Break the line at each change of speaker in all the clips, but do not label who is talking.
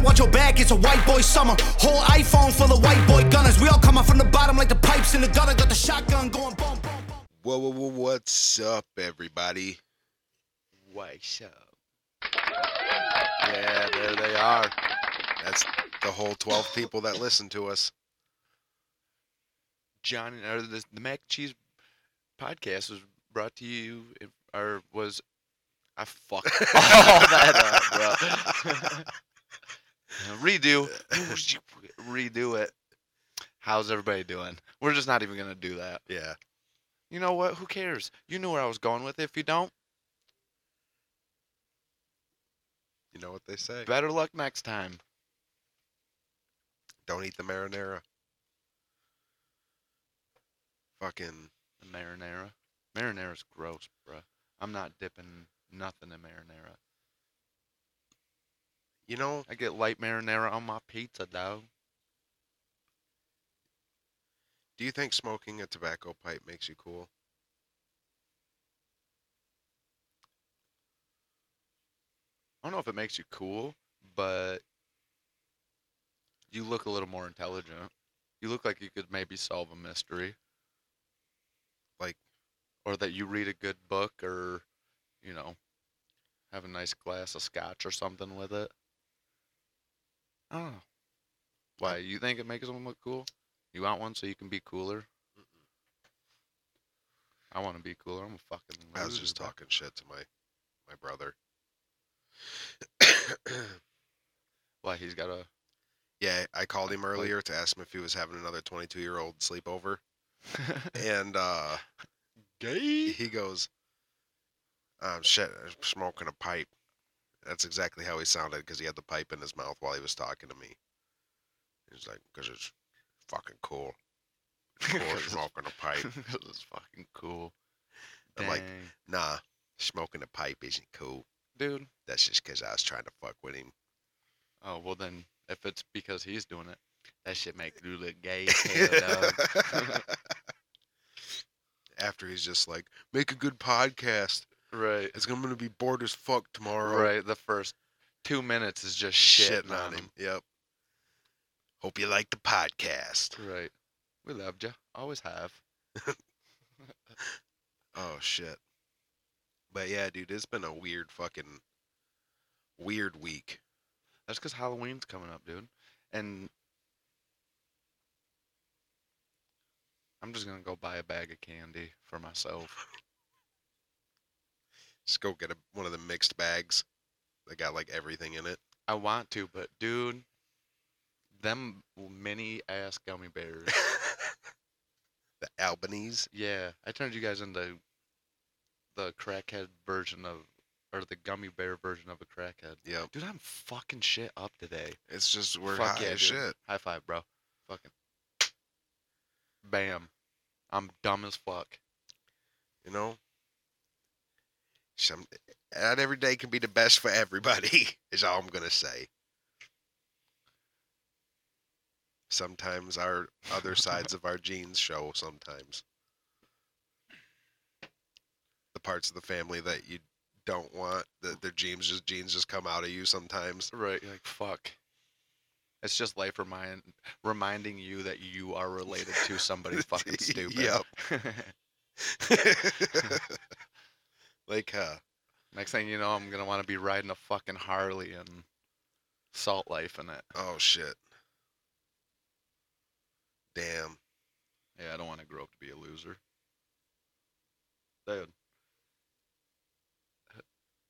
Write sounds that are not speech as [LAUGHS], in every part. watch your back, it's a white boy summer. Whole iPhone full of white boy gunners. We all coming from the bottom like the pipes in the gutter. Got the shotgun going boom, boom, boom.
Whoa, whoa, whoa, what's up, everybody?
What's up?
Yeah, there they are. That's the whole 12 people that listen to us.
John and or the, the mac and cheese podcast was brought to you in- or was I fucked [LAUGHS] all that [LAUGHS] up, bro. Redo, redo it. How's everybody doing? We're just not even gonna do that.
Yeah.
You know what? Who cares? You knew where I was going with it. If you don't,
You know what they say.
better luck next time.
Don't eat the marinara. Fucking.
The marinara, marinara's gross, bro. I'm not dipping nothing in marinara.
You know,
I get light marinara on my pizza, though.
do you think smoking a tobacco pipe makes you cool?
I don't know if it makes you cool, but you look a little more intelligent. You look like you could maybe solve a mystery.
Like-
or that you read a good book or, you know, have a nice glass of scotch or something with it. I don't know. Why, you think it makes them look cool? You want one so you can be cooler? I want to be cooler. I'm a fucking loser.
I was just
bro.
talking shit to my, my brother. [COUGHS]
Why, he's
[LAUGHS]
got a.
yeah, I called him earlier to ask him if he was having another 22 year old sleepover. And, uh,.
Gay?
he goes, um, shit, I'm smoking a pipe. That's exactly how he sounded because he had the pipe in his mouth while he was talking to me. He's like, because it's fucking cool.
[LAUGHS]
It's cool smoking a pipe.
this is fucking cool.
I'm
Dang.
like- Nah, smoking a pipe isn't cool.
dude.
That's just because I was trying to fuck with him.
Oh well, then if it's because he's doing it, that shit make you look gay.
[LAUGHS]
as hell, dog.
After he's just like, make a good podcast.
right,
It's I'm gonna be bored as fuck tomorrow.
right. The first two minutes is just shit
Shitting on him. Yep. Hope you like the podcast.
Right. We loved you. Always have.
Oh shit. But yeah, dude, it's been a weird fucking weird week.
That's because Halloween's coming up, dude. And I'm just gonna go buy a bag of candy for myself.
Just go get a, one of the mixed bags that got like everything in it.
I want to, but dude, them mini ass gummy
[LAUGHS]
bears.
The Albanese.
Yeah, I turned you guys into the crackhead version of, or the gummy bear version of a crackhead.
Yep.
Dude, I'm fucking shit up today.
It's just we're
Fuck
high
yeah,
as
dude.
shit.
High five, bro. Fucking. Bam. I'm dumb as fuck.
You know? Some not every day can be the best for everybody, [LAUGHS] is all I'm gonna say. Sometimes our other sides of our genes show sometimes. The parts of the family that you don't want, that their genes just genes just come out of you sometimes. [LAUGHS]
Right. You're like, fuck. It's just life remind, reminding you that you are related
[LAUGHS]
to somebody fucking stupid. [LAUGHS]
like uh
Next thing you know, I'm going to want to be riding a fucking Harley and salt life in it.
oh shit. Damn.
Yeah, I don't want to grow up to be a loser. Dude.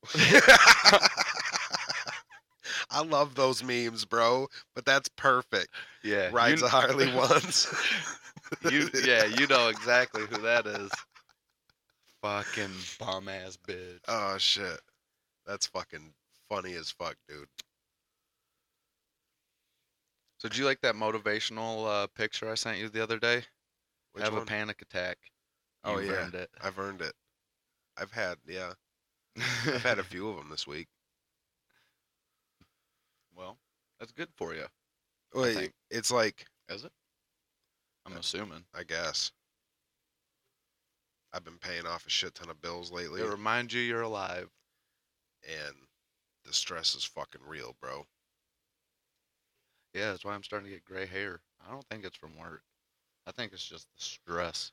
[LAUGHS] I love those memes, bro. But that's perfect.
Yeah.
Rides
you,
a Harley
[LAUGHS]
once. [LAUGHS]
you yeah, you know exactly who that is. Fucking bum ass bitch.
Oh shit. That's fucking funny as fuck, dude.
So do you like that motivational uh, picture I sent you the other day?
Which
Have
one?
a panic attack.
Oh,
You've
yeah.
earned it.
I've earned it. I've had yeah. [LAUGHS]
[LAUGHS]
I've had a few of them this week.
well, that's good for you,
Wait,
think.
it's like
is it? I'm
Yeah.
assuming.
I guess. I've been paying off a shit ton of bills lately,
It reminds you you're alive.
and the stress is fucking real, bro.
Yeah, that's why I'm starting to get gray hair. I don't think it's from work. I think it's just the stress.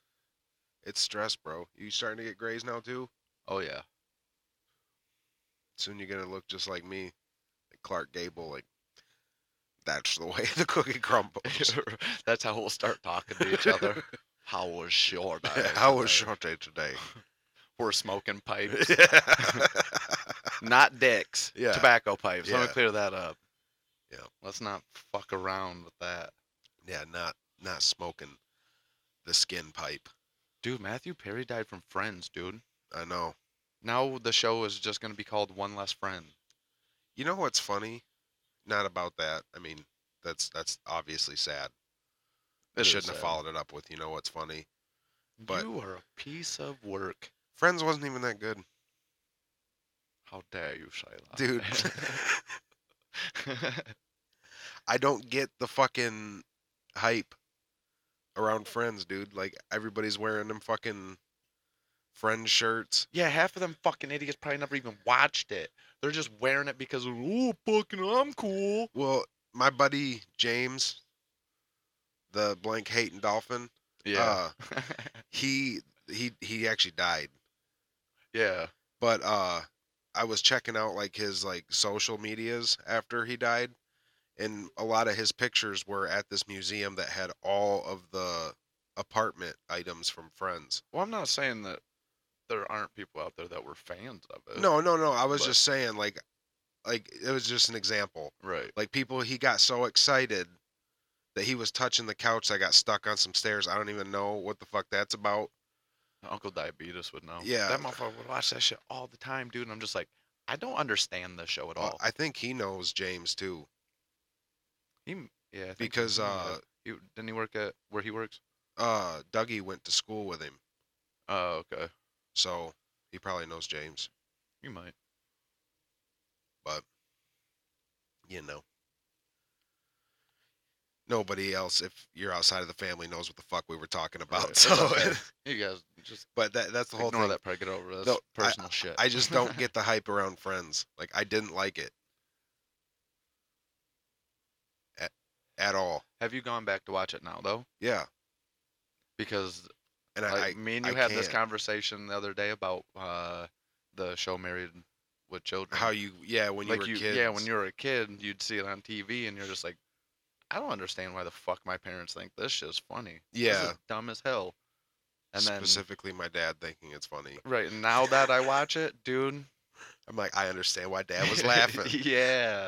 It's stress, bro. You starting to get grays now too?
Oh [LAUGHS] yeah.
Soon you're gonna look just like me, like Clark Gable. Like that's the [LAUGHS] way the cookie
[LAUGHS]
crumbles.
that's how we'll start talking to each [LAUGHS] other. How was
[LAUGHS]
your day?
How was
today?
your day
[LAUGHS]
today? [LAUGHS]
We're [LAUGHS] smoking pipes, not dicks.
Yeah.
Tobacco pipes. Let
Yeah.
me clear that up.
Yeah.
Let's not fuck around with that.
yeah, not not smoking the skin pipe.
Dude, Matthew Perry died from Friends, dude.
I know.
Now the show is just going to be called One Less Friend.
You know what's funny? Not about that. I mean, that's that's obviously sad. I
It is
shouldn't have
sad.
followed it up with. You know what's funny? but-
you are a piece of work.
Friends wasn't even that good,
How dare you say that,
dude. I don't get the fucking hype around Friends, dude. Like everybody's wearing them fucking Friends shirts.
[LAUGHS] yeah, half of them fucking idiots probably never even watched it. They're just wearing it because oh, fucking, I'm cool.
Well, my buddy James, the blank Hayden Dolphin, [LAUGHS]
Uh,
he he he actually died.
yeah.
but uh i was checking out like his like social medias after he died and a lot of his pictures were at this museum that had all of the apartment items from friends
Well, I'm not saying that there aren't people out there that were fans of it.
no no no i was
but-
just saying like like it was just an example
Right.
like people he got so excited that he was touching the couch that got stuck on some stairs i don't even know what the fuck that's about
Uncle Diabetes would know.
Yeah.
That motherfucker would watch that shit all the time, dude. And I'm just like, I don't understand this show at
Well,
all.
i think he knows james too
He m- yeah. I think
because
he,
uh
he, didn't he work at where he works?
uh dougie went to school with him
Oh, okay.
so he probably knows james
You might.
you know. Nobody else, if you're outside of the family, knows what the fuck we were talking about. [LAUGHS]
Right, that's
So,
[LAUGHS] okay. You guys just
but that, that's the whole
ignore
thing.
that part. Get over it. That's
No, I-
personal shit.
I just
[LAUGHS]
don't get the hype around friends. Like I didn't like it at, at all.
Have you gone back to watch it now though?
Yeah,
Because
and I,
like, me and you
I
had this
can't.
conversation the other day about uh, the show Married with
I,
Children.
how you? Yeah, when you
like
were
you,
kids.
yeah, when you were a kid, you'd see it on TV, and you're just like, I don't understand why the fuck my parents think this shit's funny. this
yeah.
is dumb as hell. And then
specifically, my dad thinking it's funny.
right and now that I watch it, dude,
I'm like, I understand why dad
[LAUGHS]
was laughing.
yeah,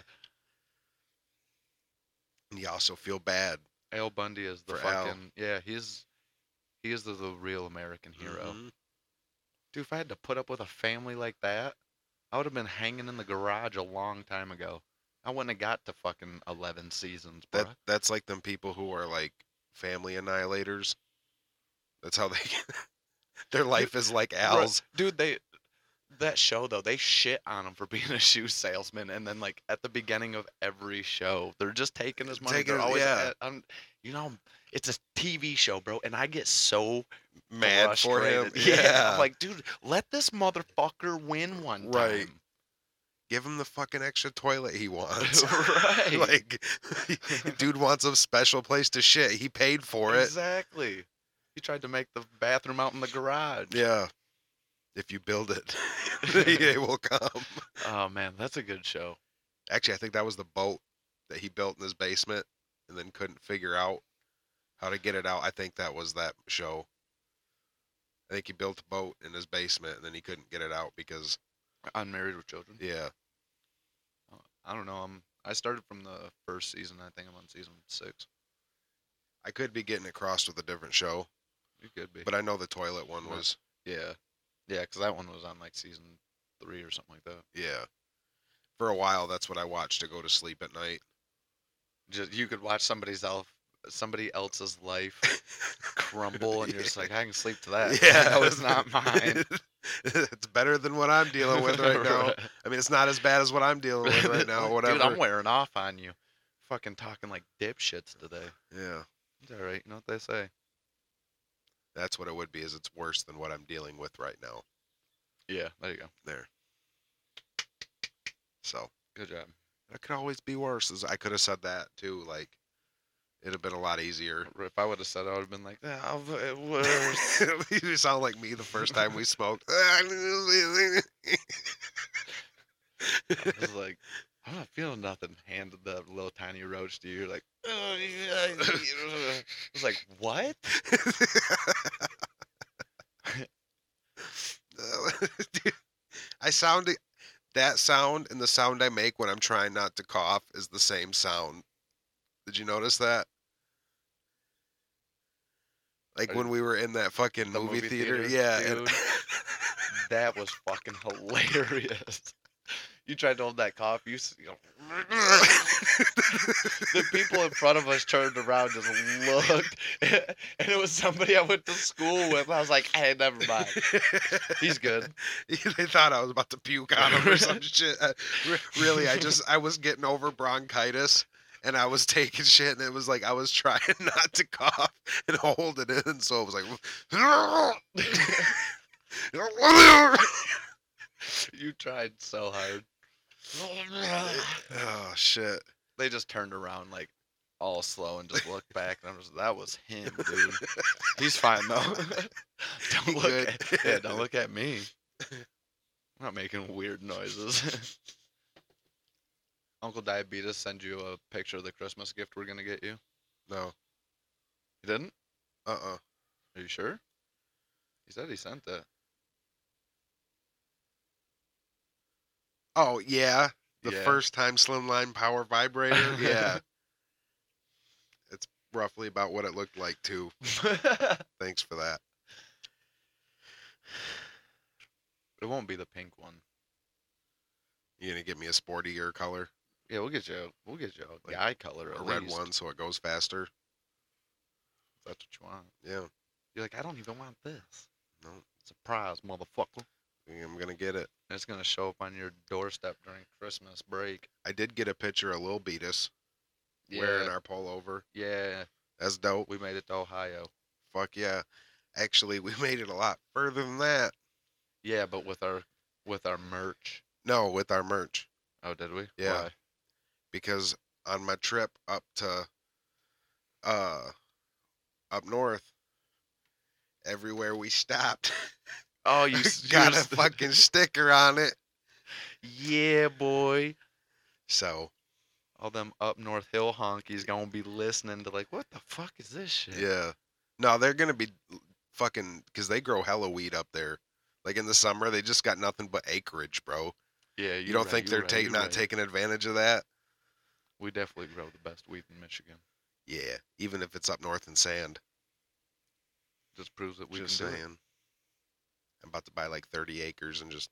and you also feel bad.
Al Bundy is the
For Al.
fucking yeah. He's he is the, the real American hero.
Mhm.
Dude, if I had to put up with a family like that, I would have been hanging in the garage a long time ago. I wouldn't have got to fucking eleven seasons, bro.
That that's like them people who are like family annihilators. That's how they [LAUGHS] their life is like Al's.
dude they that show though they shit on him for [LAUGHS] being a shoe salesman and then like at the beginning of every show they're just taking his money
Taking
they're
his-
always
yeah.
at- I'm- you know it's a tv show bro and i get so
Mad for him. [LAUGHS]
frustrated. yeah, I'm like dude let this motherfucker win one
Right.
time
give him the fucking extra toilet
[LAUGHS]
he wants. [LAUGHS]
Right.
like dude wants a special place to shit. He paid for it.
exactly he tried to make the bathroom out in the garage
Yeah. If you build
[LAUGHS]
it, [LAUGHS] it will come.
oh man that's a good show
Actually, I think that was the boat that he built in his basement and then couldn't figure out how to get it out. I think that was that show. I think he built a boat in his basement and then he couldn't get it out because
unmarried with children Uh,
yeah,
i don't know i'm i started from the first season i think i'm on season six
I could be getting it crossed with a different show,
it could be
but I know the toilet one
Right.
was
Yeah, yeah, because that one was on like season three or something like that.
yeah. For a while, that's what I watched to go to sleep at night.
Just you could watch somebody's elf, somebody else's life crumble, and you're
[LAUGHS]
just [LAUGHS] like, I can sleep to that. that was [LAUGHS] not mine.
it's better than what I'm dealing with right
[LAUGHS]
now. I mean, it's not as bad as what I'm dealing with right now. Whatever.
Dude, I'm wearing off on you. Fucking talking like dipshits today.
yeah.
It's all right. You know what they say.
That's what it would be. Is it's worse than what I'm dealing with right now.
Yeah, there you go.
There. So
Good job.
It could always be worse. Is- I could have said that too. Like, it'd have been a lot easier.
If I would have said, it, I would have been like, "Ah, I'll v- it was."
[LAUGHS] you sound like me the first time
[LAUGHS]
we smoked. [LAUGHS]
I was like, I'm not feeling nothing. Handed the little tiny roach to you. You're like, "Oh, yeah, [LAUGHS] yeah, yeah." I was like, what?
Dude, [LAUGHS] I sound that sound and the sound I make when I'm trying not to cough is the same sound. Did you notice that? Like
I
when we were in that fucking
The
movie, theater, yeah. and-
dude, that was fucking hilarious. You tried to hold that cough. You, s- you know, the people in front of us turned around, just looked, [LAUGHS] and it was somebody I went to school with. I was like, "Hey, never mind.
[LAUGHS]
He's good."
they thought I was about to puke on them or some shit. Uh, re- really, I just I was getting over bronchitis and I was [LAUGHS] taking shit and it was like I was trying [LAUGHS] not to cough and hold it in, so it was like.
You tried so hard.
[LAUGHS] oh shit!
They just turned around like all slow and just looked back, and I was that was him, dude. He's fine though. [LAUGHS]
[LAUGHS]
don't look.
good.
At, yeah, don't look at me. I'm not making weird noises. [LAUGHS] Uncle Diabetes send you a picture of the Christmas gift we're gonna get you.
No.
He didn't?
Uh. uh
Are you sure? He said he sent
[LAUGHS]
that.
Oh yeah. The
Yeah.
first time slimline power vibrator. Yeah. it's roughly about what it looked like too.
it
Thanks for that.
won't be the pink one.
You gonna get me a sportier color,
Yeah, we'll get you. a- We'll get you a
Like,
guy color at
a red
least,
one, so it goes faster.
if That's what you want.
Yeah.
You're like, I don't even want this.
No.
Surprise, motherfucker.
I'm gonna get it.
And it's gonna show up on your doorstep during Christmas break.
I did get a picture of Lil Beatus wearing our pullover.
yeah.
That's dope.
We made it to Ohio.
Fuck yeah. Actually, we [LAUGHS] made it a lot further than that.
Yeah, but with our with our merch.
No, with our merch.
Oh, did we?
Yeah.
Why?
because on my trip up to uh up north everywhere we stopped [LAUGHS]
Oh, you s- you
got a
s- [LAUGHS]
fucking sticker on it
Yeah, boy.
so
All them up North Hill honkies gonna be listening to like, what the fuck is this shit?
yeah no they're gonna be fucking because they grow hella weed up there like in the summer they just got nothing but acreage bro
Yeah.
you
you're
don't
right,
think they're
you're right,
ta-
you're
not
right.
taking advantage of that
We definitely grow the best weed in Michigan.
yeah even if it's up north in sand
Just proves that we
just
can
saying i'm about to buy like 30 acres and
[LAUGHS]
just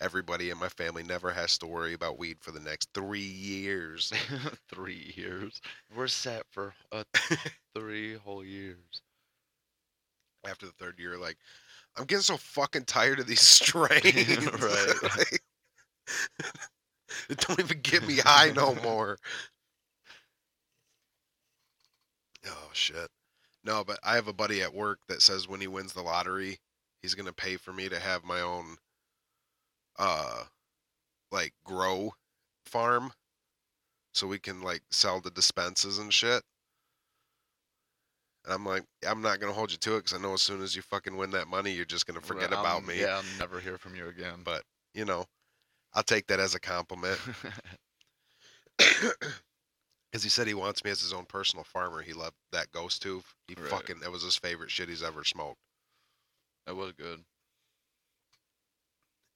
everybody in my family never has to worry about weed for the next three years
do it. [LAUGHS] three years. We're set for
[LAUGHS]
uh, three whole years.
after the third year like i'm getting so fucking tired of these [LAUGHS] strains
Right.
[LAUGHS] Like, it don't even get me high no more oh shit no but i have a buddy at work that says when he wins the lottery he's gonna pay for me to have my own uh like grow farm so we can like sell the dispenses and shit and i'm like i'm not gonna hold you to it because i know as soon as you fucking win that money you're just gonna
Right,
forget about
I'll-
me
Yeah, I'll never hear from you again.
But- you know i'll take that as a compliment [COUGHS] [LAUGHS] because he said he wants me as his own personal farmer he loved that ghost tooth he
Right.
fucking that was his favorite shit he's ever smoked
that was good.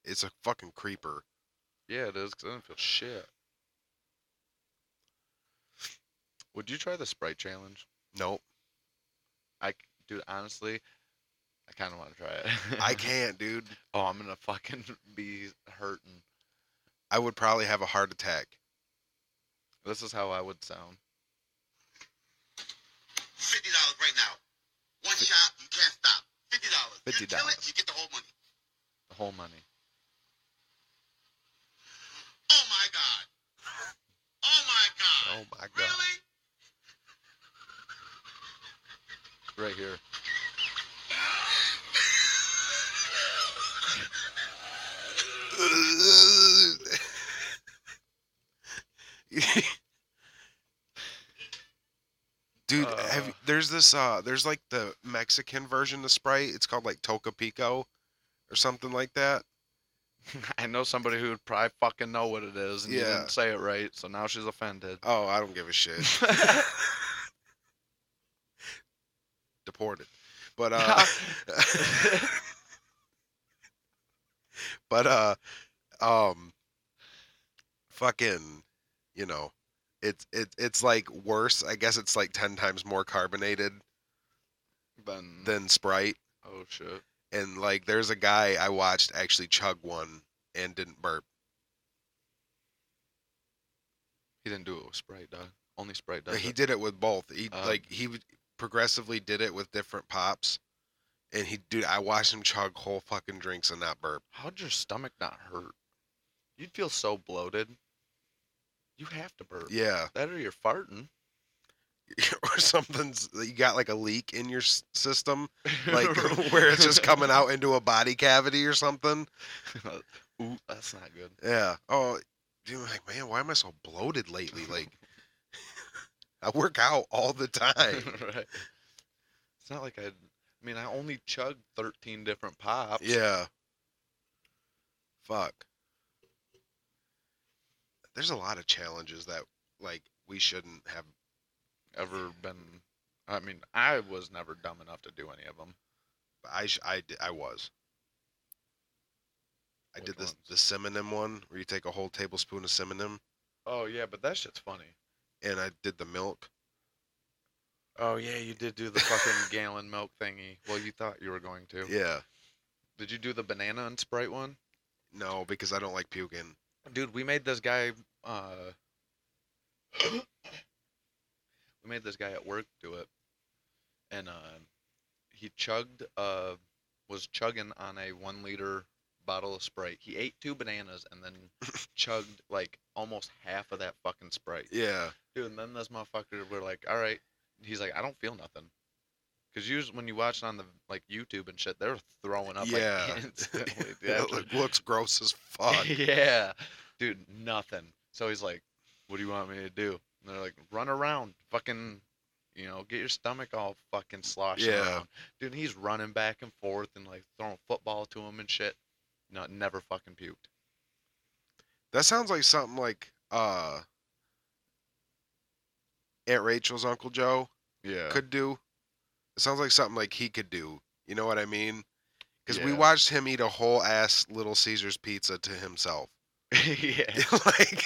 it's a fucking creeper
Yeah, it is. Cause I didn't feel shit. Would you try the Sprite challenge?
nope
I, c- dude, honestly, I kind of want to try it. [LAUGHS]
i can't dude
oh, I'm gonna fucking [LAUGHS] be hurting.
i would probably have a heart attack
This is how I would sound.
fifty dollars right now. One shot, you can't stop. Fifty dollars. You
$50.
kill it, you get the whole money.
The whole money.
Oh my god. Oh my god.
Oh [LAUGHS] my god.
really?
Right here.
[LAUGHS] Dude, have you-
Uh.
there's this uh there's like the Mexican version of Sprite. It's called like Toca Pico or something like that.
[LAUGHS] I know somebody who would probably fucking know what it is, and you
Yeah.
didn't say it right, so now she's [LAUGHS] offended.
Oh, I don't give a shit.
[LAUGHS]
Deported. But
[LAUGHS]
uh but uh um fucking you know it's it, it's like worse i guess it's like 10 times more carbonated
Then-
than sprite
oh shit.
and like there's a guy i watched actually chug one and didn't burp
He didn't do it with Sprite, dog. Only Sprite does
Uh, he
it.
did it with both he
Oh.
like he would- progressively did it with different pops and he dude i watched him chug whole fucking drinks and not burp
How'd your stomach not hurt? You'd feel so bloated. You have to burp.
yeah
That or you're farting.
[LAUGHS] or something's you got like a leak in your s- system [LAUGHS] like
[LAUGHS]
where it's just coming out into a body cavity or something.
[LAUGHS] Ooh, that's not good. [LAUGHS]
Yeah. Oh, dude, I'm like, man, why am I so bloated [LAUGHS] lately? Like, I work out all the time.
right. It's not like I. I mean, I only chugged 13 different pops.
Yeah. Fuck. There's a lot of challenges that like we shouldn't have.
Ever been. I mean, I was never dumb enough to do any of them.
I sh- I di- I was. I
Which
did this
ones?
the Simonim one where you take a whole tablespoon of Simonim,
Oh, yeah, but that shit's funny.
and I did the milk.
Oh, yeah, you did do the fucking [LAUGHS] gallon milk thingy. Well, you thought you were going to.
Yeah.
Did you do the banana and Sprite one?
No, because I don't like puking.
dude we made this guy uh we made this guy at work do it and uh he chugged uh was chugging on a one liter bottle of sprite he ate two bananas and then chugged like almost half of that fucking sprite [LAUGHS]
Yeah.
dude and then this motherfucker we're like all right he's like i don't feel nothing because usually when you watch it on the like youtube and shit they're throwing up
yeah. [LAUGHS]
like [LAUGHS] instantly dude.
it
After-
look- looks gross as
[LAUGHS]
fuck.
yeah, dude, nothing. So he's like, "What do you want me to do?" And they're like, "Run around, fucking, you know, get your stomach all fucking sloshing
Yeah.
around." Dude, he's running back and forth and like throwing football to him and shit. No, never fucking puked.
That sounds like something like uh Aunt Rachel's Uncle Joe
Yeah.
could do. It sounds like something like he could do. You know what I mean? Because we
Yeah.
watched him eat a whole ass Little Caesars pizza to himself.
[LAUGHS]
[LAUGHS]
yeah.
like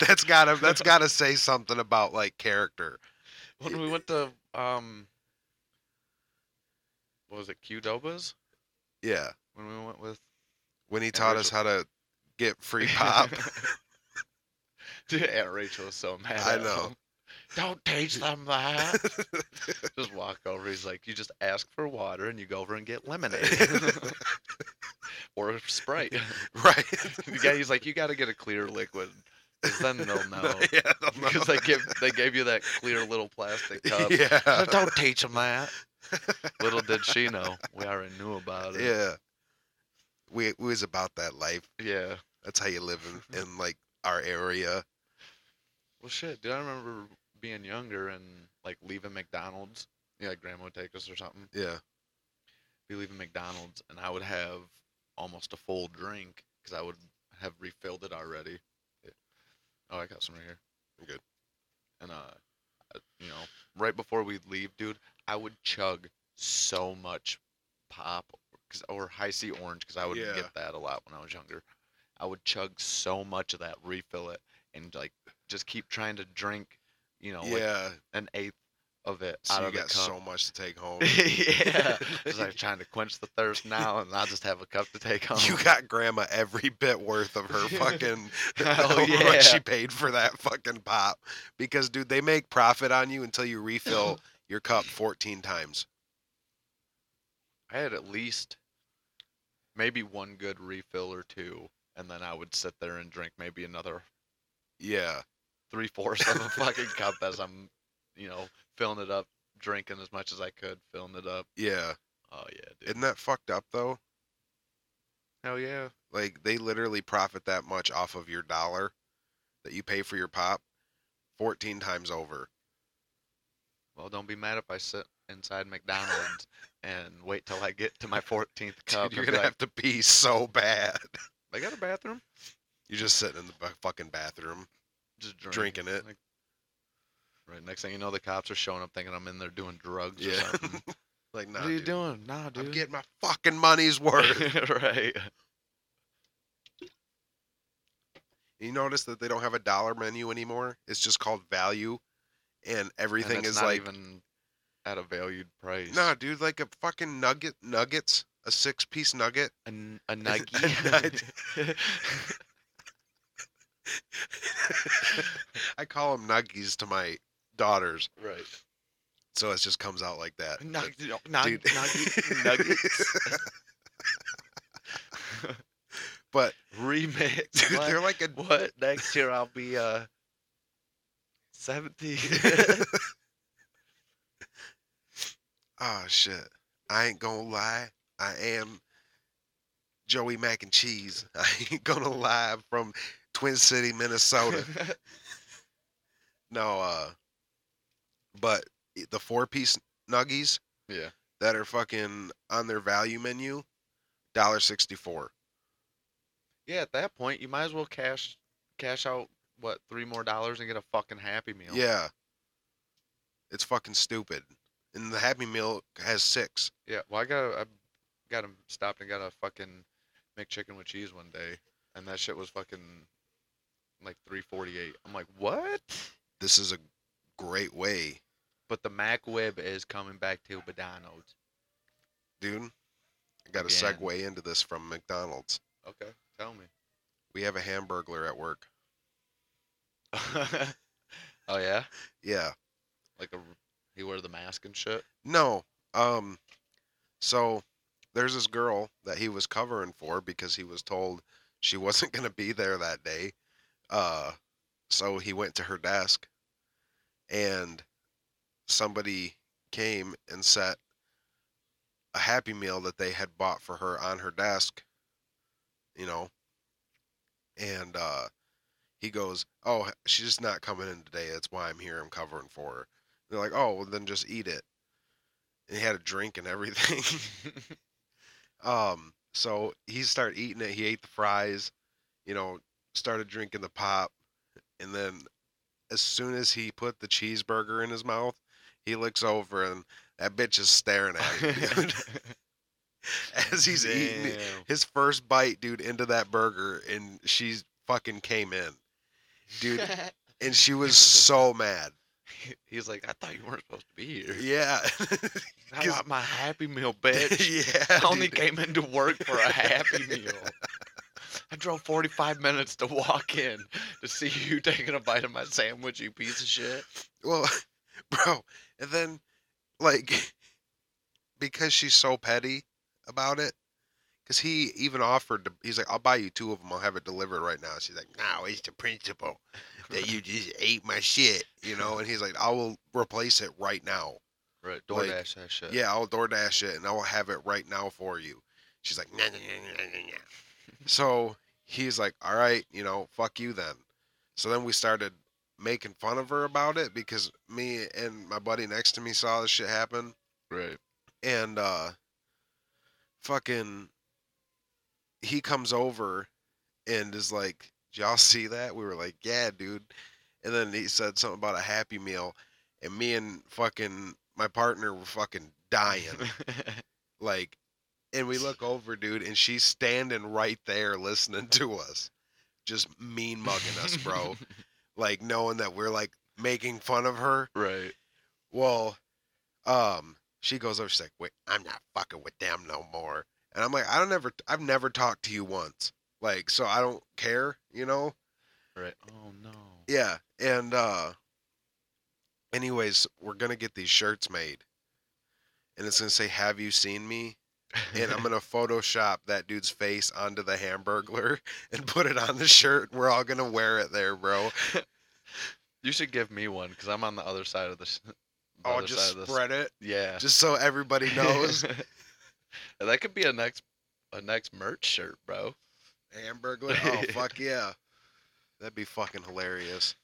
that's
[LAUGHS]
gotta that's gotta say something about like character.
When we went to um, what was it, Qdoba's?
Yeah.
When we went with
When he taught us how to get
[LAUGHS]
free pop. [LAUGHS]
Dude, Aunt Rachel was so mad.
I
at
know.
him. Don't teach them
[LAUGHS]
that. just walk over. He's like, you just ask for water and you go over and get lemonade
[LAUGHS]
or Sprite. [LAUGHS]
right. [LAUGHS]
the guy, he's like, you got to get a clear liquid. 'cause then they'll know. [LAUGHS]
yeah, they'll know.
Because uh,
[LAUGHS]
they give they gave you that clear little plastic cup. [LAUGHS]
Yeah.
Don't teach them
[LAUGHS]
that. little did she know, we already knew about it.
Yeah. We we was about that life.
Yeah.
That's how you live
[LAUGHS]
in, in like our area.
Well, shit, dude. I remember being younger and like leaving McDonald's. Yeah, grandma would take us or something.
Yeah.
be leaving McDonald's and I would have almost a full drink because I would have refilled it already. Oh, I got some right here.
You're good.
And uh, I- you know, right before we'd leave, dude, I would chug so much pop 'cause- or high C orange because I would
Yeah.
get that a lot when I was younger. I would chug so much of that, refill it, and like just keep trying to drink, you know, like
yeah.
an eighth of it
So
out
you
of the
got
cup.
so much to take home.
[LAUGHS] yeah. It's like trying to quench the thirst now, and I just have a cup to [LAUGHS] take home.
[LAUGHS] You got grandma every bit worth of her fucking
[LAUGHS]
[LAUGHS]
Oh,
how much she
yeah.
paid for that fucking pop. Because dude, they make profit on you until you
[LAUGHS]
refill your cup fourteen times.
I had at least maybe one good refill or two, and then I would sit there and drink maybe another
Yeah.
three fourths of a fucking [LAUGHS] cup as I'm, you know, filling it up, drinking as much as I could, filling it up.
Yeah.
Oh yeah, dude.
Isn't that fucked up though?
Hell yeah.
Like they literally profit that much off of your dollar that you pay for your pop 14 times
[LAUGHS]
over.
Well, don't be mad if I sit inside [LAUGHS] McDonald's and wait till I get to my 14th cup.
Dude,
and
you're going
be
to
like,
have to pee so bad. [LAUGHS]
They got a bathroom.
You're just sitting in the bu- fucking bathroom.
Just drink.
Drinking it.
Like- right. Next thing you know, the cops are showing up thinking I'm in there doing drugs or
Yeah.
something.
[LAUGHS]
what
Like, nah,
are you
dude,
doing? Nah, dude.
I'm [LAUGHS] getting my fucking money's worth.
right.
you notice that they don't have a dollar menu anymore? It's just called value. And everything
and it's
is
not
like,
even at a valued price.
nah, dude, like a fucking nugget, nuggets, a six piece nugget.
a, n- a [LAUGHS]
nugget.
nuggie.
I call them nuggies to my daughters.
right.
So it just comes out like that.
Nug-
Like,
nug- nug-
dude. [LAUGHS]
nuggets. [LAUGHS]
but [LAUGHS]
Remix.
dude,
what?
they're like a
what? Next year I'll be uh
[LAUGHS]
seventy.
Oh shit. I ain't gonna lie. I am Joey Mac and Cheese. [LAUGHS] I ain't gonna lie I'm from Twin City,
[LAUGHS]
Minnesota. no, uh but i- the four piece nuggies
Yeah.
that are fucking on their value menu, dollar sixty four.
yeah, at that point you might as well cash cash out what three more dollars and get a fucking happy meal.
Yeah. It's fucking stupid. And the Happy Meal has six.
Yeah. Well, I got a, I got him stopped and got a fucking McChicken with cheese one day, and that shit was fucking like three forty eight. I'm like, what?
This is a great way,
But the Mac Web is coming back to Badano's.
dude. I got a
Again.
segue into this from McDonald's.
Okay, tell me. [LAUGHS]
We have a hamburglar at work.
oh yeah,
Yeah.
like a r- he wear the mask
[LAUGHS]
and shit.
No. Um so there's this girl that he was covering for because he was told she [LAUGHS] wasn't going to be there that day. Uh so he went to her desk and somebody came and set a happy meal that they had bought for her on her desk, you know. And uh he goes, "Oh, she's just not coming in today. That's why I'm here. I'm covering for her." They're like, "Oh, well, then just eat it." and he had a drink and everything. [LAUGHS] um, so he started eating it. He ate the fries, you know, started drinking the pop, and then as soon as he put the cheeseburger in his mouth, he looks over and that bitch is staring at him dude,
[LAUGHS]
[LAUGHS] as he's eating it-
Damn.
his first bite, dude, into that burger, and she fucking came in,
[LAUGHS]
dude, and she was so mad.
He's like, I thought you weren't supposed to be here.
Yeah,
I
'cause-
want my Happy [LAUGHS] Meal, bitch.
[LAUGHS] yeah.
I only
dude.
came into work for a happy [LAUGHS] meal. I drove 45 minutes to walk in to see [LAUGHS] you taking a bite of my sandwich, you piece of shit.
Well, [LAUGHS] bro, and then like [LAUGHS] because she's so petty about it, because he even offered to, he's like, "I'll buy you two of them. I'll have it delivered right now." She's like, "No, it's the principle that you just ate my shit," you know. And he's like, "I will replace it right now.
Right,
Like,
DoorDash that shit.
Yeah, I'll DoorDash it and I will have it right now for you." She's like, "Nah, nah, nah, nah, nah, nah." So he's like, "All right, you know, fuck you then." So then we started making fun of her about it because me and my buddy next to me saw this shit happen
Right.
and uh fucking he comes over and is like "Did y'all see that we were like yeah dude and then he said something about a happy meal and me and fucking my partner were fucking
[LAUGHS]
dying like and we look over dude and she's standing right there listening to us just mean mugging us bro like knowing that we're like making fun of her
right.
well um she goes over she's like wait i'm not fucking with them no more and i'm like i don't ever i've never talked to you once like so i don't care you know
Right. Oh, no.
yeah and uh anyways we're gonna get these shirts made and it's gonna say have you seen me and
[LAUGHS]
i'm gonna photoshop that dude's face onto the hamburglar [LAUGHS] and put it on the shirt we're all gonna wear it there bro
you should give me one because I'm on the other side of this. the
i'll
other
just
side of this-
spread
[LAUGHS]
it
Yeah.
just so everybody
[LAUGHS]
knows
And that could be a next a next merch shirt, bro. [LAUGHS]
hamburglar oh fuck yeah That'd be fucking hilarious.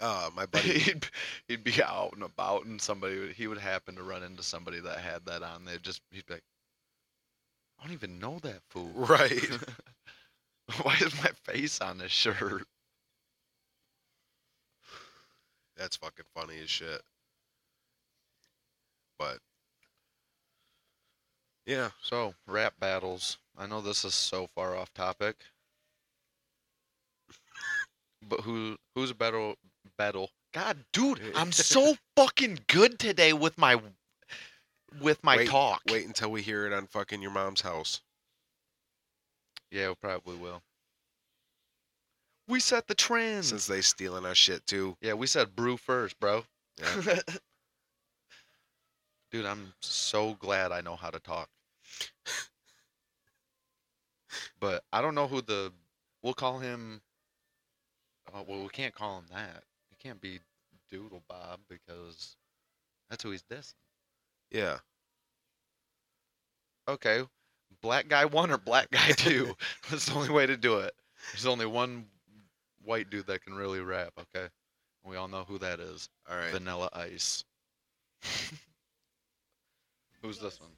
Uh,
[LAUGHS]
my buddy. [LAUGHS]
he'd, he'd be out and about, and somebody would, he would happen to run into somebody that had that on. They just he'd be like, "I don't even know that fool.
right.
[LAUGHS] Why is my face on this shirt?"
That's fucking funny as shit. But yeah,
So rap battles. I know this is so far off topic, but who who's a battle battle? God, dude, I'm so fucking good today with my with my
wait,
talk.
Wait until we hear it on fucking your mom's house.
Yeah, we probably will. We set the trend.
Since they stealing our shit too.
yeah, we said brew first, bro.
Yeah.
Dude, I'm so glad I know how to talk. but I don't know who the. We'll call him. Oh, well, we can't call him that. It can't be Doodle Bob because that's who he's dissing.
yeah.
Okay, black guy one or black guy two. [LAUGHS] that's the only way to do it. There's only one white dude that can really rap. Okay, we all know who that is.
All right.
Vanilla Ice. [LAUGHS] Who's this one?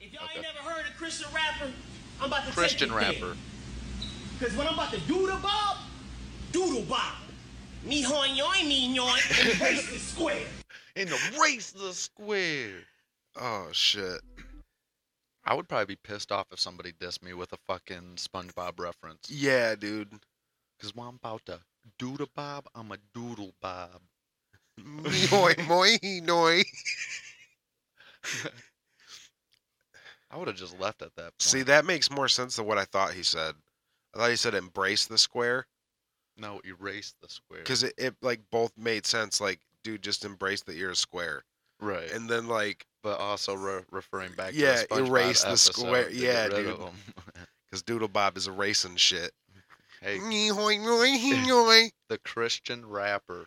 If y'all ain't never heard a Christian rapper, I'm about to
Christian
take it
rapper.
Because what I'm about to do to Bob, doodle Bob. Me hoin yoin, me yoin, and race is square.
In the race the square.
oh shit.
I would probably be pissed off if somebody dissed me with a fucking SpongeBob reference.
Yeah, [LAUGHS] dude.
Because when I'm about to doodle Bob, I'm a doodle Bob.
Moi moi noi.
I would have just left at that point.
See, that makes more sense than what I thought he said. I thought he said embrace the square
no, erase the square.
because it, it like both made sense. Like, dude, just embrace that you're a square,
right,
and then like
but also re- referring back
Yeah,
to the SpongeBob
erase the
episode
square-
to
yeah,
get rid of
dude.
'em.
because Doodle Bob is erasing [LAUGHS] shit.
[LAUGHS] hey,
[LAUGHS] Moi
the Christian rapper.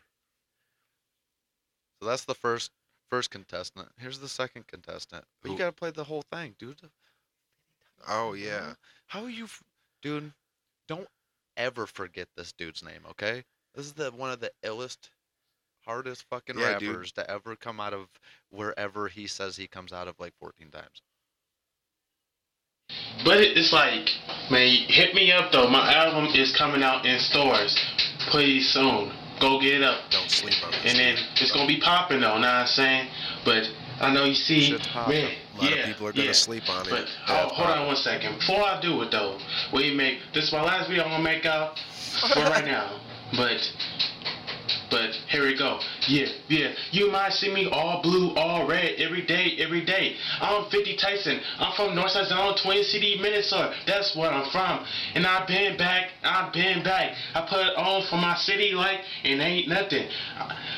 So that's the first first contestant. Here's the second contestant. But
Who-
you gotta play the whole thing, dude.
Oh yeah.
How are you, f- dude? Don't ever forget this dude's name, okay? This is the one of the illest, hardest fucking
Yeah, dude.
rappers to ever come out of wherever he says he comes out of like 14 times.
But it- it's like, man, hit me up though. My album is coming out in stores pretty soon. Go get it up.
Don't sleep on this.
And then it's gonna be popping though, know what I'm saying? But I know you see
Shit's popping.
red.
A lot
yeah,
of people are gonna
yeah.
sleep on it.
But
Yeah,
oh, hold on one second. Before I do it though, we make this is my last video I'm gonna make out
[LAUGHS]
for right now. But but here we go. Yeah, yeah. You might see me all blue, all red, every day, every day. I'm 50 Tyson. I'm from Northside Zone, Twin City, Minnesota. That's where I'm from. And I've been back, I've been back. I put it on for my city, like, and ain't nothing.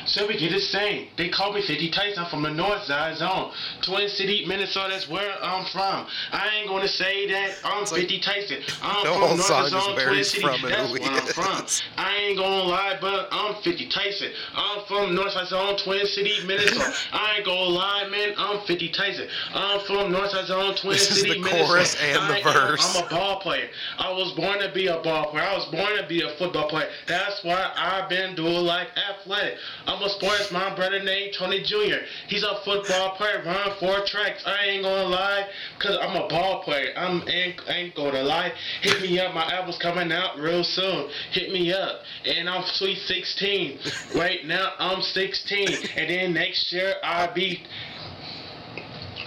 So we get the same. They call me 50 Tyson. I'm from the Northside Zone, Twin City, Minnesota. That's where I'm from. I ain't gonna say that I'm 50 Tyson. I'm
The whole
from
song
Northside
just
Zone, Twin
varies
City.
from and
That's
who he
where I'm
[LAUGHS]
from.
is.
I ain't gonna lie, but I'm 50 Tyson. I'm from Northside Zone, Twin City,
[LAUGHS]
Minnesota. I ain't gonna lie, man, I'm 50 Tyson. I'm from Northside Zone, Twin
This is
City,
the
Minnesota.
chorus and the
I am-
verse.
I'm a ball player. I was born to be a ball player. I was born to be a football player. That's why I've been dual like athletic. I'm a sports my brother named Tony Jr. He's a football player, run four tracks. I ain't gonna lie, cause I'm a ball player. I'm ain't, ain't gonna lie. Hit me up, my album's coming out real soon. Hit me up. And I'm sweet 16. Right now I'm 16. And then next year I'll be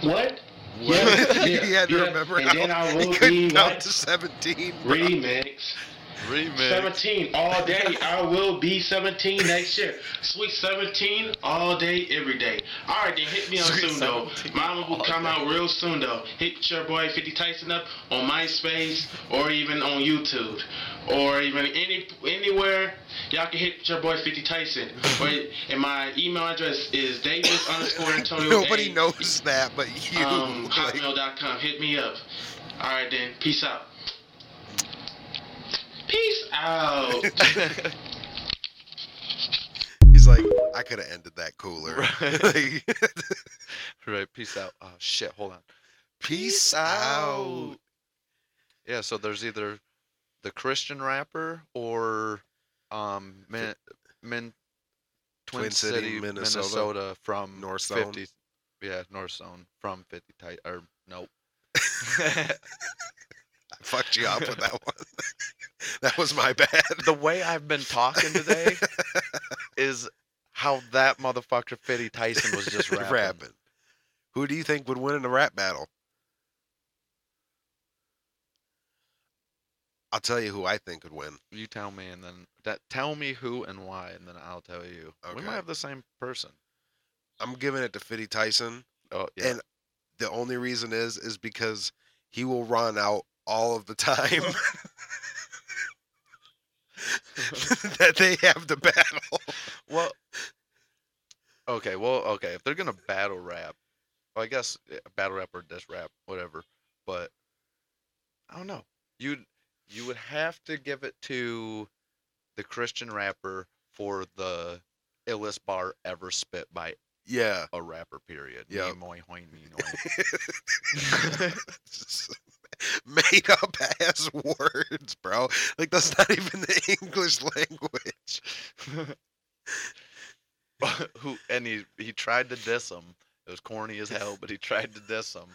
what?
[LAUGHS]
Yeah, [LAUGHS] yeah,
he had to
yeah.
remember
And
how
then
[LAUGHS]
I
he
will
couldn't
be
count
what?
to 17. bro.
Remix.
Remix.
17 all day. I will be 17 next year. Sweet 17 all day, every day. All right, then hit me up
Sweet
soon, though.
17
Mama will
all
come out real soon, though. Hit your boy 50 Tyson up on MySpace or even on YouTube or even any anywhere. Y'all can hit your boy 50 Tyson. Or, and my email address is Davis underscore
[LAUGHS] [LAUGHS]
Antonio.
Nobody
A,
knows that, but you. [LAUGHS]
Um,
like-
Hotmail.com. Hit me up. All right, then. Peace out. Peace out.
he's like, I could have ended that
[LAUGHS]
cooler. [LAUGHS]
Right. right. Peace out. Oh shit. Hold on.
Peace out.
[LAUGHS] Yeah. So there's either the Christian rapper or um Min, Min Twin,
Twin
City,
City,
Minnesota,
Minnesota.
from
North Zone.
50 yeah, North Zone from 50 tight or
[LAUGHS]
nope.
I fucked you up with that one. [LAUGHS] that was my bad.
the way I've been
[LAUGHS]
talking today is how that motherfucker Fitty Tyson was
[LAUGHS]
just rapping.
Who do you think would win in a rap battle? I'll tell you who I think would win.
You tell me, and then that tell me who and why, and then I'll tell you. We might
Okay.
have the same person.
I'm giving it to Fitty Tyson.
Oh yeah.
And The only reason is is because he will run out all of the
[LAUGHS]
time [LAUGHS] that they have to battle.
Well, okay. Well, okay. If they're gonna battle rap, well, I guess eh, battle rap or diss rap, whatever. But I don't know. You would you would have to give it to the Christian rapper for the illest bar ever spit by
Yeah.
a rapper. Period.
Yep.
Nimoy, hoin, Nimoy.
[LAUGHS] Made up ass words, bro. Like that's not even the [LAUGHS] English language. [LAUGHS]
[LAUGHS] who and he he tried to diss him. It was corny as hell, but he tried to diss him.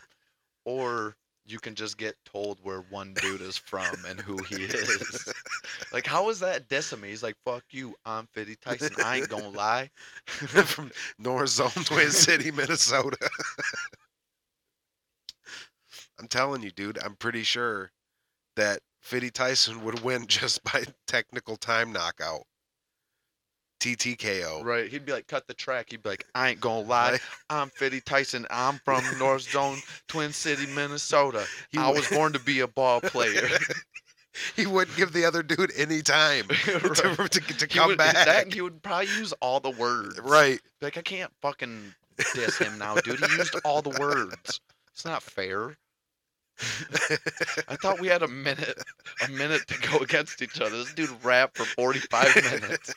Or you can just get told where one dude is from and who he is.
[LAUGHS]
like, how is that dissing me? He's like, "Fuck you, I'm Fitty Tyson. I ain't gonna lie."
From North Zone Twin City, Minnesota. [LAUGHS] I'm telling you, dude, I'm pretty sure that Fitty Tyson would win [LAUGHS] just by technical time knockout. TTKO.
Right? He'd be like, "Cut the track." He'd be like, "I ain't gonna lie. I'm Fitty Tyson. I'm from North Zone, Twin City, Minnesota.
He
I
would-
was born to be a ball player."
He wouldn't give the other dude any
[LAUGHS]
time
Right.
[LAUGHS] to, to, [LAUGHS] to
He
come
would,
back.
That, he would probably use all the words.
right.
Like I can't fucking diss him now, dude. He used all the words. It's not fair. I thought we had a minute, a minute to go against each other. This dude rapped for forty-five minutes.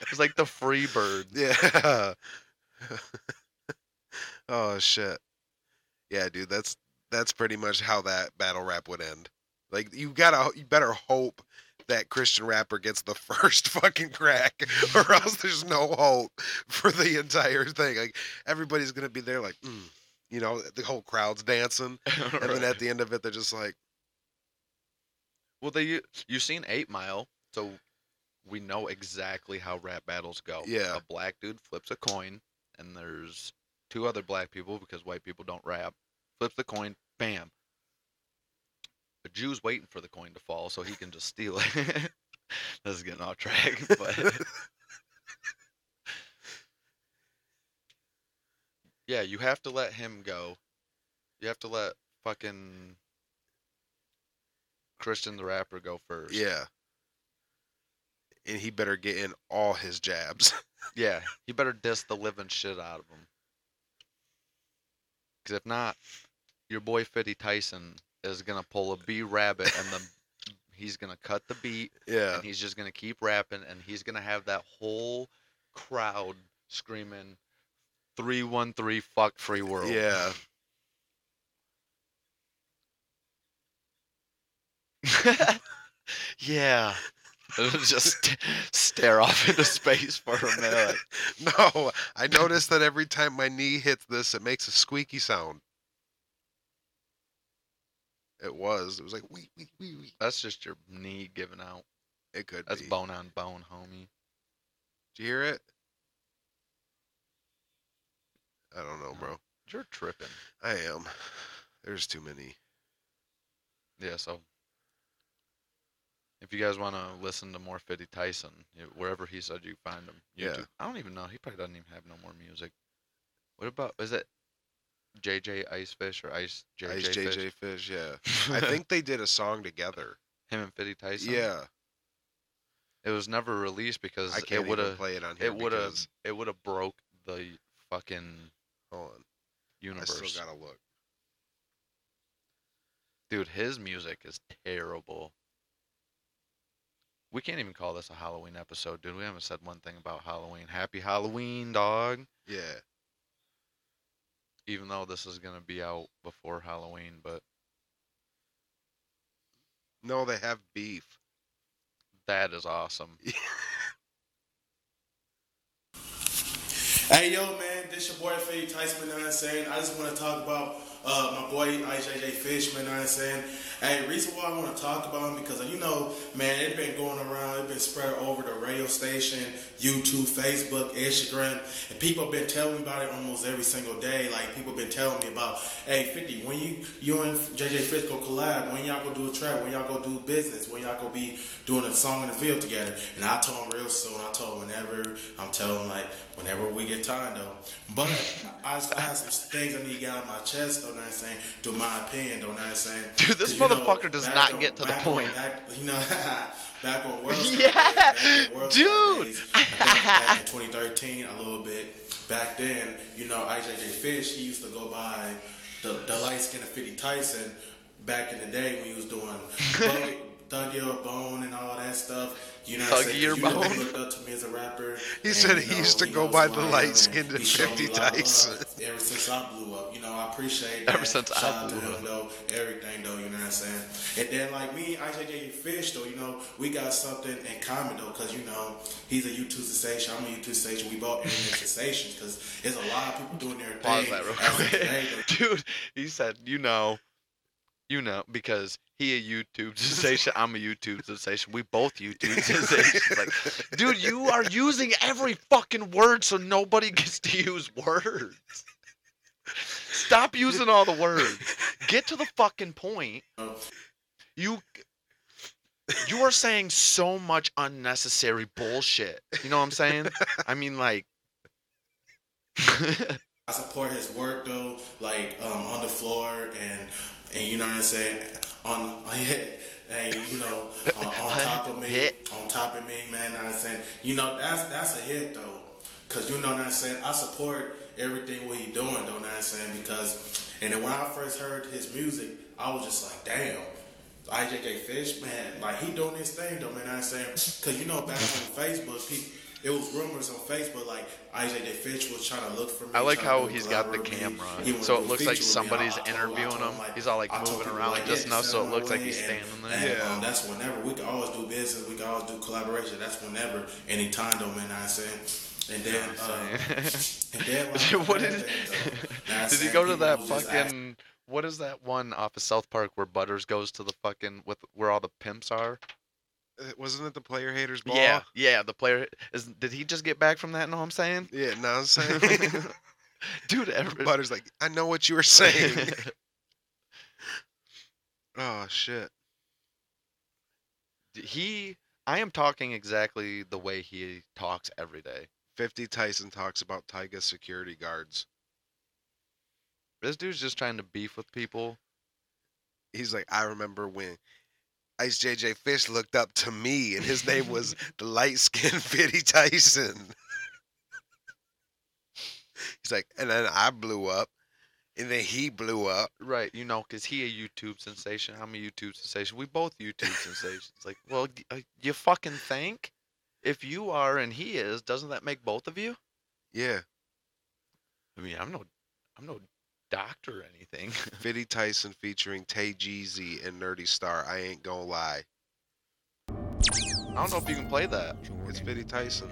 It was like the free bird.
Yeah. [LAUGHS] oh shit. Yeah, dude, that's that's pretty much how that battle rap would end. Like you gotta you better hope that Christian rapper gets the [LAUGHS] first fucking crack [LAUGHS] or else there's no hope for the entire thing. Like everybody's gonna be there like mm. you know, the whole crowd's dancing. And
[LAUGHS]
then at the end of it they're just like
well, they u- you seen Eight Mile, so we know exactly how rap battles go.
Yeah.
a black dude flips a coin, and there's two other black people because white people don't rap. Flips the coin, bam. The Jew's waiting for the coin to fall so he can just steal it. [LAUGHS] this is getting off track, [LAUGHS] but yeah, you have to let him go. You have to let fucking Christian the rapper go first.
Yeah. And he better get in all his jabs. [LAUGHS]
Yeah, you better diss the living shit out of him. Because if not, your boy Fitty Tyson is going to pull a B rabbit and then he's going to cut the beat
Yeah.
and he's just going to keep rapping and he's going to have that whole crowd screaming 313 fuck free world.
Yeah.
[LAUGHS] yeah. [LAUGHS] just st- stare off into space for a minute.
No, I noticed that every time my knee hits this, it makes a squeaky sound. It was. It was like wee wee wee wee.
That's just your knee giving out.
It could
That's
be.
bone on bone, homie.
Did you hear it? I don't know, bro.
You're tripping.
I am. There's too many.
Yeah, so if you guys want to listen to more Fitty Tyson, you wherever he said you find him.
Yeah.
YouTube. I don't even know. He probably doesn't even have no more music. What about, is it JJ Icefish or Ice JJ?
Ice
Fish?
JJ Fish. Yeah. I
[LAUGHS]
think they did a song together.
him and Fitty Tyson.
Yeah.
It was never released because
I can't
it would
even
have
play it on here.
it would have
because-
it would have broke the fucking
Hold on. I
universe.
still gotta look.
Dude, his music is terrible. We can't even call this a Halloween episode, dude. We haven't said one thing about Halloween. Happy Halloween, dog.
Yeah.
Even though this is gonna be out before Halloween, but
No, they have beef.
That is awesome.
Hey yo man, this your boy Faye Tyson, you know what I'm saying? I just wanna talk about uh, my boy IJJ Fish, man, you know what I'm saying? Hey, reason why I wanna talk about him because uh, you know, man, it been going around, it been spread over the radio station, YouTube, Facebook, Instagram, and people been telling me about it almost every single day. Like people been telling me about, hey 50, when you you and JJ Fish go collab, when y'all go do a track, when y'all go do business, when y'all go be doing a song in the field together. And I told him real soon, I told him whenever I'm telling him like whenever we get time though. But I, just- I have some things I need to get out of my chest, though, know what I'm saying? To my opinion, though, know what I'm saying?
Dude, this
'Cause, you know,
motherfucker does
back
not
on-
get to the
back on-
point.
Back, you know, [LAUGHS] back on World Star
Yeah,
days, back on World Star
dude.
days, I think back in
[LAUGHS]
2013, a little bit. Back then, you know, IJJ Fish, he used to go by the, the light skin of 50 Tyson back in the day when he was
[LAUGHS]
doing Thug- Thug Your Bone and all that stuff. You know what I'm
Thug
saying?
Your
You know,
Bone?
he looked up to me as a rapper.
He
and,
said
you
he
know,
used to go
knows
by
who
the
I am,
light-skinned
and he
50
showed me a lot of
Tyson.
love ever since I blew up. You know, I appreciate that.
Ever since I
Shout out
blew
to him,
up.
though. Everything, though, you know what I'm saying? And then, like, me and IJJ Fish, though, you know, we got something in common, though, because, you know, he's a YouTube sensation. I'm a YouTube sensation. We both internet sensations because there's a lot of people doing their thing.
Pause that real
as of today,
quick. Dude, he said, you know, you know, because he a YouTube [LAUGHS] sensation, I'm a YouTube sensation. We both YouTube sensations. Like, dude, you are using every fucking word so nobody gets to use words. Stop using all the words. Get to the fucking point. You you are saying so much unnecessary bullshit. You know what I'm saying? I mean like
I support his work though, like um, on the floor and and you know what I'm saying on [LAUGHS] and you know on, on top of me,
Hit.
on top of me, man. I'm saying you know that's that's a hit though, cause you know what I'm saying. I support everything what he doing though. Know what I'm saying because and then when I first heard his music, I was just like, damn. IJK Fish, man, like he doing his thing though, man. I'm saying, cause you know back on Facebook, he, it was rumors on Facebook like IJK Fish was trying to look for me.
I like
trying to
how
do a
he's got the
collab with me.
camera,
He wanted
so it
to do a
looks like
feature with me.
somebody's
I told- I
interviewing
told
him. He's all, like,
I told
moving
people,
around just
yeah,
enough so it
stand on
looks
my
like he's
way,
standing there.
and- and,
Yeah.
um, that's whenever we can always do business. We can always do collaboration. That's whenever, anytime though, man. I'm saying. And then, uh, and then
[LAUGHS]
like,
what is? [LAUGHS]
Nah,
Did he
saying
go to
people
that
was just
fucking? What is that one off of South Park where Butters goes to the fucking with where all the pimps are?
Uh, Wasn't it the player haters ball?
Yeah, yeah. The player is. Did he just get back from that? Know what I'm saying?
Yeah, know what I'm saying?
[LAUGHS]
[LAUGHS]
Dude, [LAUGHS] every,
Butter's like, I know what you were saying.
[LAUGHS]
oh, shit.
[LAUGHS] he. I am talking exactly the way he talks every day.
50 Tyson talks about Tyga security guards.
This dude's just trying to beef with people.
He's like, I remember when Ice JJ Fish looked up to me, and his name was the light skinned [LAUGHS] Fitty Tyson. He's like, and then I blew up, and then he blew up.
Right, you know, because he a YouTube sensation, I'm a YouTube sensation. We both YouTube sensations. Like, well, y- uh, you fucking think if you are and he is, doesn't that make both of you?
Yeah,
I mean, I'm no, I'm no doctor or anything. [LAUGHS]
Fitty Tyson featuring Tay Jeezy and Nerdy Star. I ain't gonna lie.
I don't know if you can play that.
It's Fitty Tyson.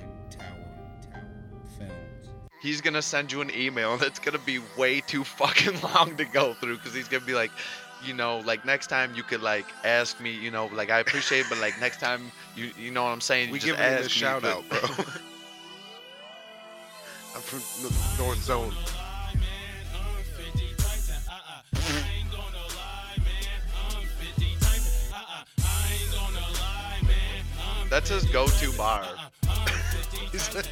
He's gonna send you an email [LAUGHS] that's gonna be way too fucking [LAUGHS] long to go through because he's gonna be like, you know, like next time you could like ask me, you know, like I appreciate, it, but like next time you, you know what I'm saying? You
We
just
giving him a
ask me,
shout
but-
out, bro. I'm from the North Zone. [LAUGHS]
That's his go-to bar.
He's like,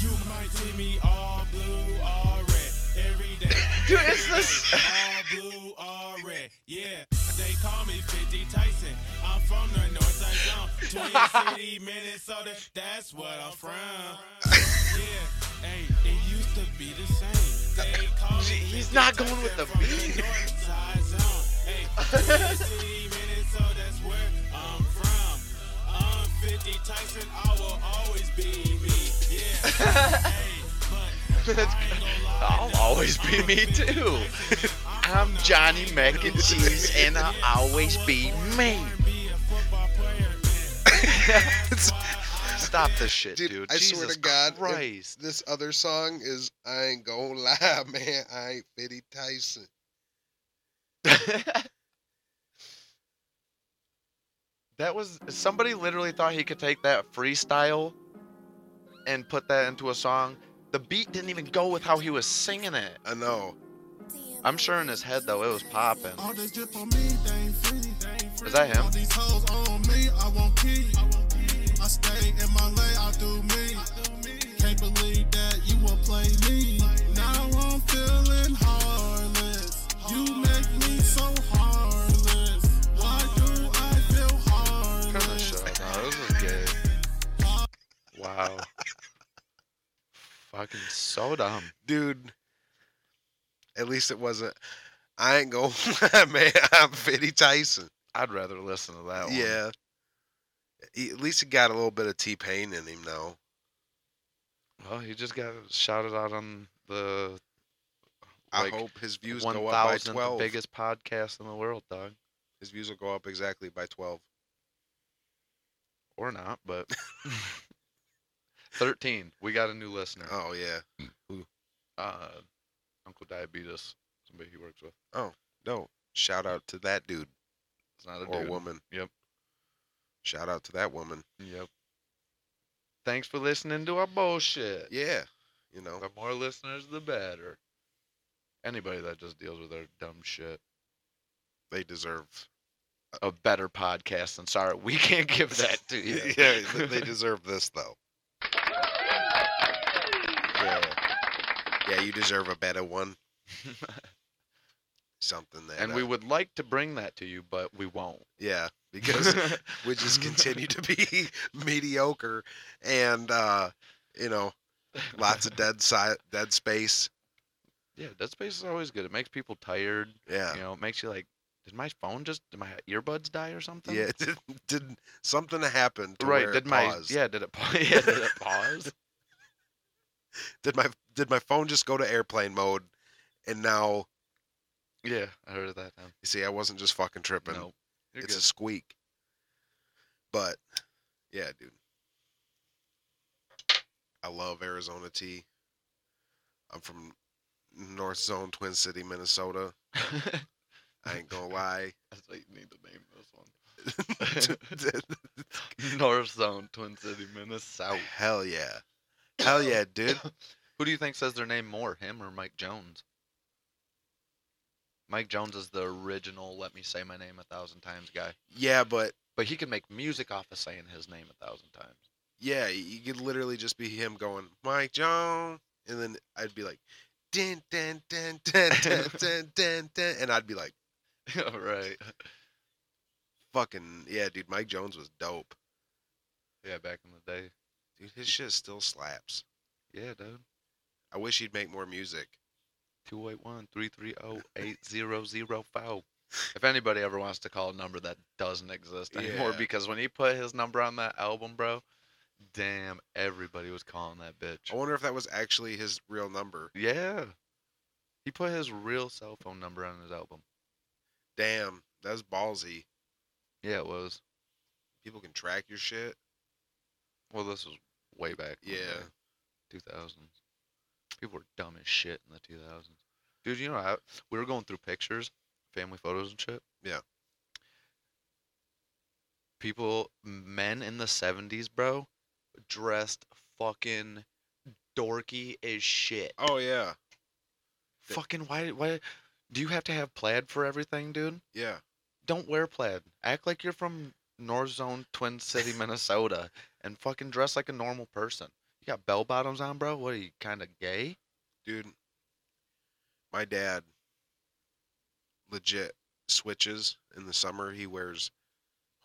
You might see me all blue, all red every day.
Dude, it's this.
all blue, all red. Yeah, they call me 50 Tyson. I'm from the North Side
[LAUGHS]
Zone, Twin City, Minnesota. That's what I'm from. yeah, hey, it used to be the same. They call me
He's not going with the beat.
North Side Zone. Hey, Twin City, Minnesota. so that's where I'm from. I'm 50 Tyson, I will always be me. Yeah. hey, but I ain't gonna lie,
I'll always be me too. I'm Johnny Mac and Cheese, and I'll always be me. [LAUGHS]
be a football player.
Stop this shit, dude.
Dude, I swear
Jesus
to God, if
Christ.
This other song is I ain't gonna [LAUGHS] lie, man. I ain't Fitty Tyson.
[LAUGHS] that was somebody literally thought he could take that freestyle and put that into a song. The beat didn't even go with how he was singing it.
I know.
I'm sure in his head though it was popping.
All this drip on me, they ain't free.
Is that him?
All these hoes on me, I won't keep. I stay in my lane, I do me. Can't believe that you will play me. Now I'm feeling heartless. You make me so heartless. Why do I feel
Turn
heartless?
this shit off. No, this is gay. Wow. Fucking so dumb.
Dude, at least it wasn't I ain't gonna [LAUGHS] lie, man. I'm Fitty Tyson.
I'd rather listen to that one.
Yeah. He- At least he got a little bit of T Pain in him now.
Well, he just got shouted out on the
I
Like,
hope his views
one
go up by
thousandth
twelve.
biggest podcast in the world, dog.
His views will go up exactly by twelve.
Or not, but
[LAUGHS]
thirteen. We got a new listener.
Oh yeah.
Uh, Uncle Diabetes, somebody he works with.
No. Shout out to that dude
It's not a
or
dude.
woman.
Yep.
Shout out to that woman.
Yep. Thanks for listening to our bullshit.
Yeah. You know.
The more listeners, the better. Anybody that just deals with their dumb shit.
they deserve. [LAUGHS]
A better podcast than sorry, we can't give that
[LAUGHS]
to you.
they- they deserve this though. Yeah, yeah, you deserve a better
[LAUGHS]
one. Something that,
[LAUGHS] and we
uh,
would like to bring that to you, but we won't.
yeah,
[LAUGHS]
because we just continue to be [LAUGHS] mediocre, and uh, you know, lots of dead si- dead space.
Yeah, Dead Space is always good. It makes people tired.
Yeah,
You know, it makes you like, did my phone just, did my earbuds die or something?
yeah. [LAUGHS] Did, did something happen? To
Right.
where
Did
it
my
paused?
yeah? Did
[LAUGHS]
it pause? [LAUGHS] Yeah. Did it pause?
Did my did my phone just go to airplane mode? And now,
yeah. I heard of that. Time.
you see, I wasn't just fucking tripping.
No. You're
it's
good.
a squeak. But yeah, dude. I love Arizona tea. I'm from North Zone, Twin City, Minnesota.
[LAUGHS]
I ain't gonna lie.
That's what you need to name this
[LAUGHS]
one. [LAUGHS] North Zone, Twin City, Minnesota.
Hell
[COUGHS]
yeah. Hell yeah, dude.
Who do you think says their name more, him or Mike Jones? Mike Jones is the original "Let me say my name a thousand times" guy,
Yeah, but
but he can make music off of saying his name a thousand times.
yeah, you could literally just be him going, Mike Jones. And then I'd be like, din, din, din, din, [LAUGHS] din, din, din, din. And I'd be like,
[LAUGHS] right.
fucking, yeah, dude, Mike Jones was dope.
Yeah, back in the day.
Dude, his shit still slaps.
Yeah, dude.
I wish he'd make more music.
281-330-8005. If anybody ever wants to call a number that doesn't exist anymore,
Yeah.
because when he put his number on that album, bro, damn, everybody was calling that bitch.
I wonder if that was actually his real number.
Yeah. He put his real cell phone number on his album.
Damn, that was ballsy.
Yeah, it was.
People can track your shit.
Well, this was way back. in the
Yeah.
day, 2000s. People were dumb as shit in the 2000s. Dude, you know, I, we were going through pictures, family photos and shit.
Yeah.
People, men in the 70s, bro, dressed fucking dorky as shit.
Oh yeah, th-
Fucking why why do you have to have plaid for everything, dude?
yeah.
Don't wear plaid. Act like you're from North Zone
[LAUGHS]
Twin City, Minnesota and fucking dress like a normal person. You got bell bottoms on, bro? What are you kind of gay?
Dude, my dad legit switches in the summer. He wears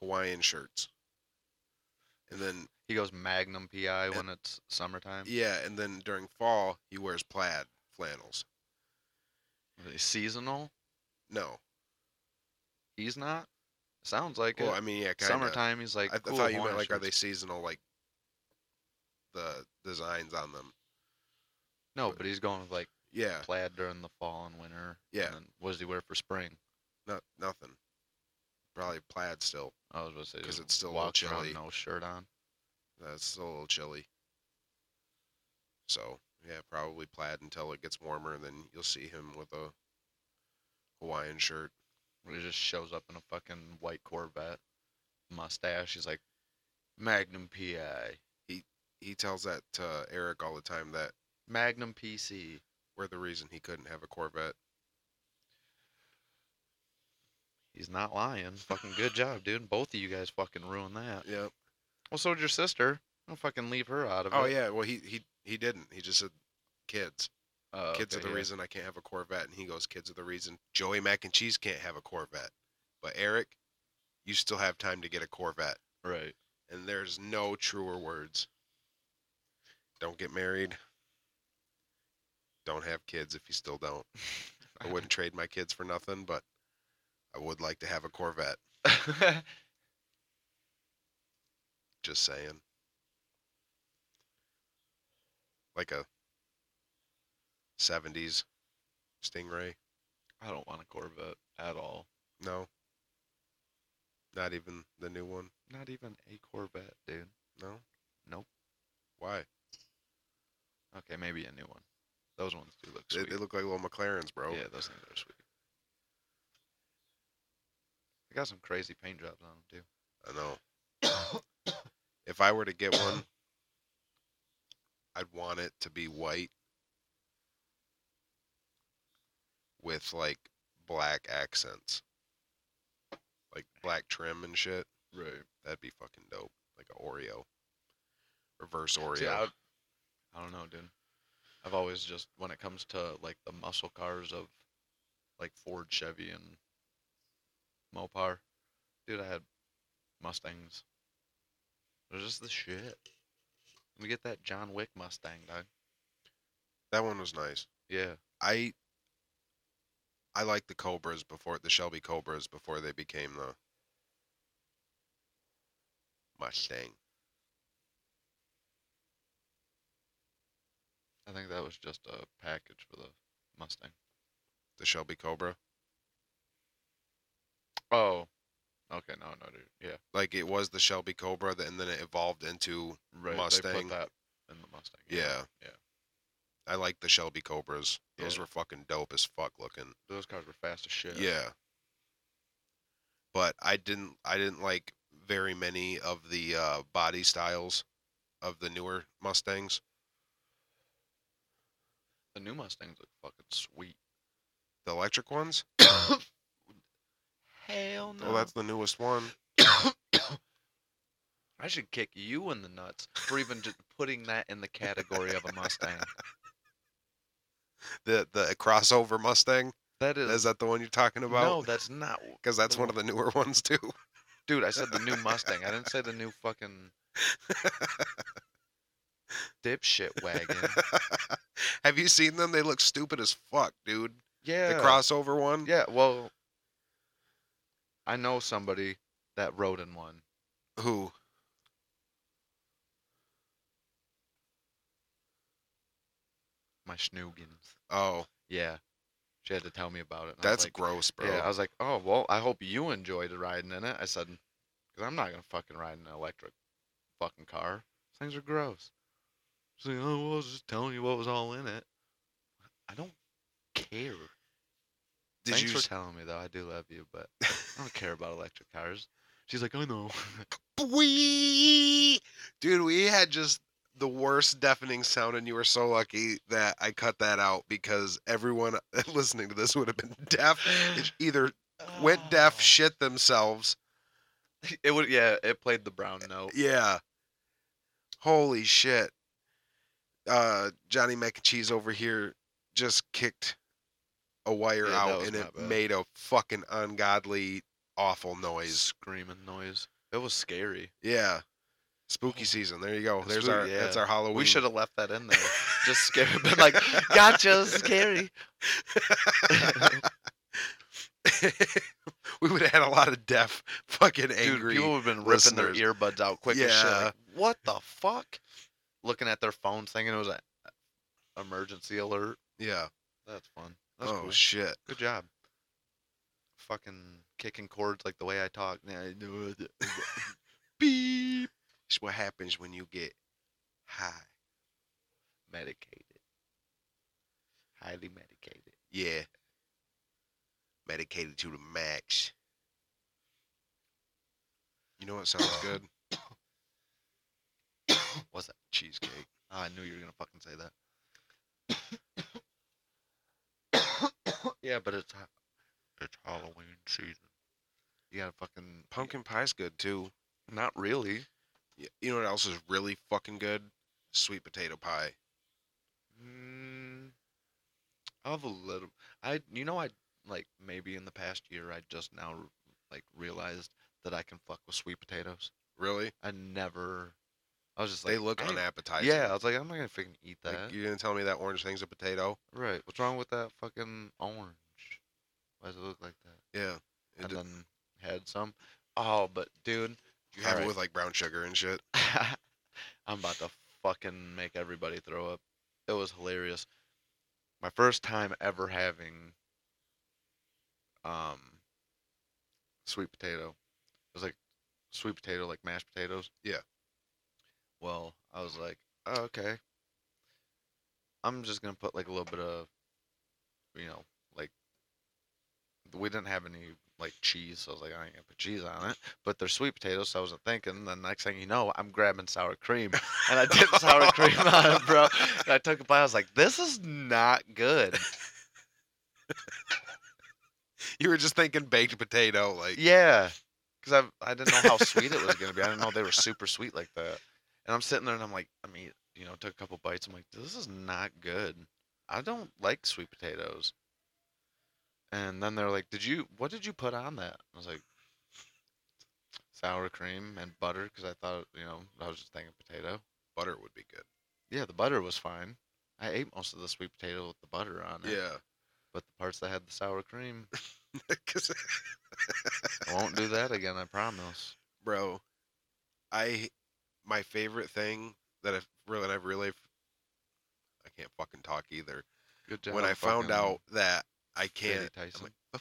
Hawaiian shirts. And then
He goes Magnum PI when it's summertime.
yeah, and then during fall he wears plaid flannels.
Seasonal?
No.
He's not. Sounds like
Well,
it.
I mean, yeah, kind of.
Summertime. He's like,
I,
cool,
I thought you meant
Hawaiian
like, are they
shirts."
seasonal? Like the designs on them.
No, but he's going with like
Yeah,
plaid during the fall and winter.
Yeah.
And then what does he wear for spring?
not nothing. Probably plaid still.
I was going to say
'Cause
just
it's still a little
walks around
chilly.
no shirt on.
That's still a little chilly. So yeah, probably plaid until it gets warmer, and then you'll see him with a Hawaiian shirt.
He just shows up in a fucking white Corvette, mustache. He's like, Magnum PI,
He tells that to Eric all the time that
Magnum PC.
we're the reason he couldn't have a Corvette.
He's not lying. Fucking good job, dude. Both of you guys fucking ruined that.
Yep.
Well, so did your sister. Don't fucking leave her out of
Oh
it.
yeah. Well, he he he didn't. He just said kids.
Oh,
kids are
okay,
the
yeah.
reason I can't have a Corvette, and he goes, kids are the reason Joey Mac and Cheese can't have a Corvette. But Eric, you still have time to get a Corvette.
Right.
And there's no truer words. Don't get married. Don't have kids if you still don't. I wouldn't trade my kids for nothing, but I would like to have a Corvette. Just saying. Like a 70s Stingray.
I don't want a Corvette at all.
No. Not even the new one.
Not even a Corvette, dude.
No.
Nope.
Why?
Okay, maybe a new one. Those ones do look
They,
sweet.
they look like little McLarens, bro.
Yeah, those things are sweet. I got some crazy paint jobs on them too.
I know.
[COUGHS]
if I were to get one, I'd want it to be white with like black accents, like black trim and shit.
Right.
That'd be fucking dope, like a Oreo, reverse Oreo.
See, I, I don't know, dude. I've always just when it comes to like the muscle cars of like Ford, Chevy, and Mopar, dude, I had Mustangs. They're just the shit. We get that John Wick Mustang, dog.
that one was nice.
Yeah.
I I like the Cobras before the Shelby Cobras before they became the Mustang.
I think that was just a package for the Mustang.
The Shelby Cobra.
Oh. Okay, no, no, dude. Yeah.
like it was the Shelby Cobra, th- and then it evolved into.
Right. They
Mustang.
put that in the Mustang.
Yeah.
Yeah.
I like the Shelby Cobras; those
Yeah.
were fucking dope as fuck looking.
Those cars were fast as shit.
Yeah. But I didn't, I didn't like very many of the uh, body styles of the newer Mustangs.
The new Mustangs look fucking sweet.
The electric ones.
Hell no.
Well, that's the newest one.
I should kick you in the nuts for even just putting that in the category of a Mustang.
The the crossover Mustang [LAUGHS]
That is,
is that the one you're talking
no,
about?
that's not,
because that's one of the newer [LAUGHS] ones too.
dude. I said the new Mustang. I didn't say the new fucking dipshit
[LAUGHS]
wagon.
Have you seen them? They look stupid as fuck, dude.
Yeah,
The crossover one.
Yeah, well, I know somebody that rode in one.
Who?
My Schnoogans.
Oh.
Yeah, she had to tell me about it. and I was
That's
like,
gross, bro.
Yeah, I was like, oh well, I hope you enjoyed riding in it. I said, because I'm not gonna fucking ride in an electric fucking car. Things are gross. She's like, oh, well, I was just telling you what was all in it. I don't care.
Did
Thanks
you?
for telling me though. I do love you, but I don't care about electric cars. She's like, I know. [LAUGHS]
Wee! Dude, [LAUGHS] we had just the worst deafening sound, and you were so lucky that I cut that out because everyone [LAUGHS] listening to this would have been deaf.
[GASPS]
It either went
Oh.
deaf, shit themselves.
It would, yeah. It played the brown note.
Yeah. Holy shit. Uh, Johnny Mac and Cheese over here just kicked a wire
Yeah, that
out,
was
and
my
it
bad.
made a fucking ungodly, awful noise.
Screaming noise. It was scary.
Yeah. Spooky season. There you go. There's
Spook-
our that's
yeah.
our Halloween.
We should [LAUGHS] have left that in there. Just [LAUGHS] scary, but like, [LAUGHS] gotcha, scary.
[LAUGHS] we would have had a lot of deaf, fucking
Dude,
angry.
people have been ripping
listeners.
their earbuds out quick as shit.
Yeah.
Like, what the fuck? Looking at their phones, thinking it was an emergency alert.
yeah.
That's fun. That's
oh
cool.
shit.
Good job. Fucking kicking chords like the way I talk. Yeah, I know it. [LAUGHS]
Beep. It's what happens when you get high.
medicated. Highly medicated.
Yeah. Medicated to the max. You know what sounds good?
What's that?
[COUGHS] Cheesecake.
Oh, I knew you were gonna fucking say
[COUGHS]
that. yeah, but it's ha- it's Halloween season. You gotta fucking
Pumpkin pie's good too.
not really.
Y- You know what else is really fucking good? Sweet potato pie.
Mm, I've a little. I you know I like maybe in the past year I just now r- like realized that I can fuck with sweet potatoes.
Really?
I never. I was just like
They look
I-
unappetizing.
Yeah, I was like I'm not gonna fucking eat that.
Like, you're gonna tell me that orange thing's a potato?
Right. What's wrong with that fucking orange? Why does it look like that?
Yeah. It
And
d-
then had some. Oh, but dude, [LAUGHS]
you have
alright.
it with like brown sugar and shit. [LAUGHS]
I'm about to fucking make everybody throw up. It was hilarious. My first time ever having um sweet potato. It was like sweet potato, like mashed potatoes.
Yeah.
Well, I was like, oh, okay. I'm just gonna put like a little bit of, you know, like we didn't have any like cheese, so I was like, I ain't gonna put cheese on it. But they're sweet potatoes, so I wasn't thinking. The next thing you know, I'm grabbing sour cream, and I dipped sour cream on it, bro. And I took a bite. I was like, this is not good.
You were just thinking baked potato, like
Yeah, because I I didn't know how sweet it was gonna be. I didn't know they were super sweet like that. And I'm sitting there and I'm like, I mean, you know, took a couple bites. I'm like, this is not good. I don't like sweet potatoes. And then they're like, did you? What did you put on that? I was like, sour cream and butter because I thought, you know, I was just thinking potato.
butter would be good.
Yeah, the butter was fine. I ate most of the sweet potato with the butter on it.
Yeah. [LAUGHS]
But the parts that had the sour cream,
'Cause-
I won't do that again. I promise.
bro i my favorite thing that i've really i've really i can't fucking talk either
Good job.
when i found
fucking-
out that i
Katie
can't
Tyson.
I'm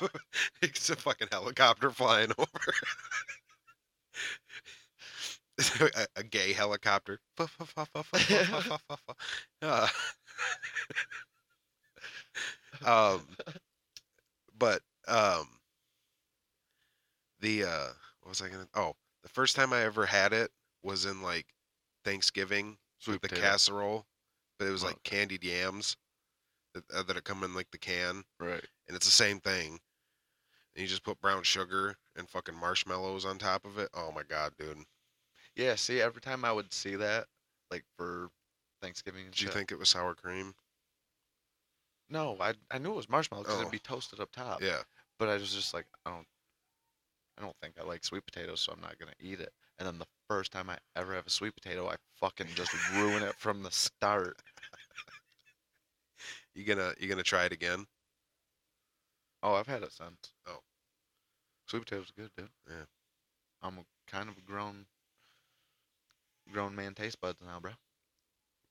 like, [LAUGHS] it's a fucking helicopter flying [LAUGHS] over a, a gay helicopter [LAUGHS] Uh, [LAUGHS] um but um the uh what was i gonna oh the first time i ever had it was in like thanksgiving
Sweet
with the
potato.
casserole but it was
Oh,
like candied yams that, uh, that come in like the can
Right.
and it's the same thing and you just put brown sugar and fucking marshmallows on top of it oh my god dude
Yeah. See, every time I would see that, like for Thanksgiving. And
did you
shit-
think it was sour cream
No, I I knew it was marshmallow because
Oh.
it'd be toasted up top.
yeah
But I was just like, I don't, I don't think I like sweet potatoes, so I'm not gonna eat it. And then the first time I ever have a sweet potato, I fucking just ruin it from the start.
you gonna you gonna try it again
Oh, I've had it since.
Oh.
Sweet potatoes are good, dude.
Yeah.
I'm a, kind of a grown, grown man taste buds now, bro.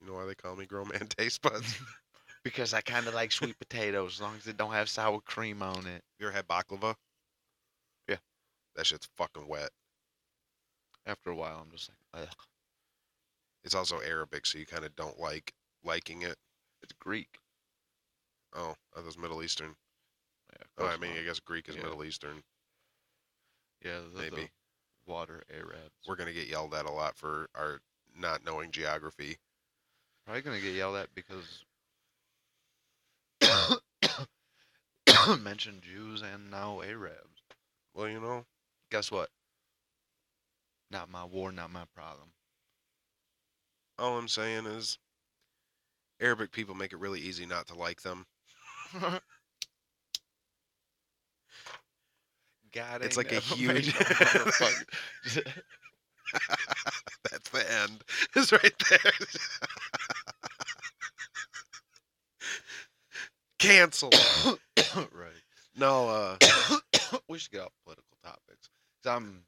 you know why they call me grown man [LAUGHS] taste buds
[LAUGHS] Because I kind of like sweet potatoes as long as it don't have sour cream on it.
you ever had baklava
Yeah.
that shit's fucking wet
After a while, I'm just like, Ugh,
it's also arabic so you kind of don't like liking it
it's Greek.
oh that was middle eastern
Yeah, of
oh i
course
mean
not.
i guess greek is
Yeah.
middle eastern
yeah, the,
maybe.
the water Arabs.
we're gonna get yelled at a lot for our not knowing geography
probably gonna get yelled at because [COUGHS] mentioned Jews and now Arabs.
well you know
Guess what? Not my war, not my problem. [LAUGHS]
All I'm saying is Arabic people make it really easy not to like them. [LAUGHS]
God,
It's like
ain't
a
never [LAUGHS]
huge-
made no motherfuck-
That's the end. [LAUGHS] It's right there. Cancel.
[LAUGHS] right. No, uh, we should get off political topics. 'Cause I'm,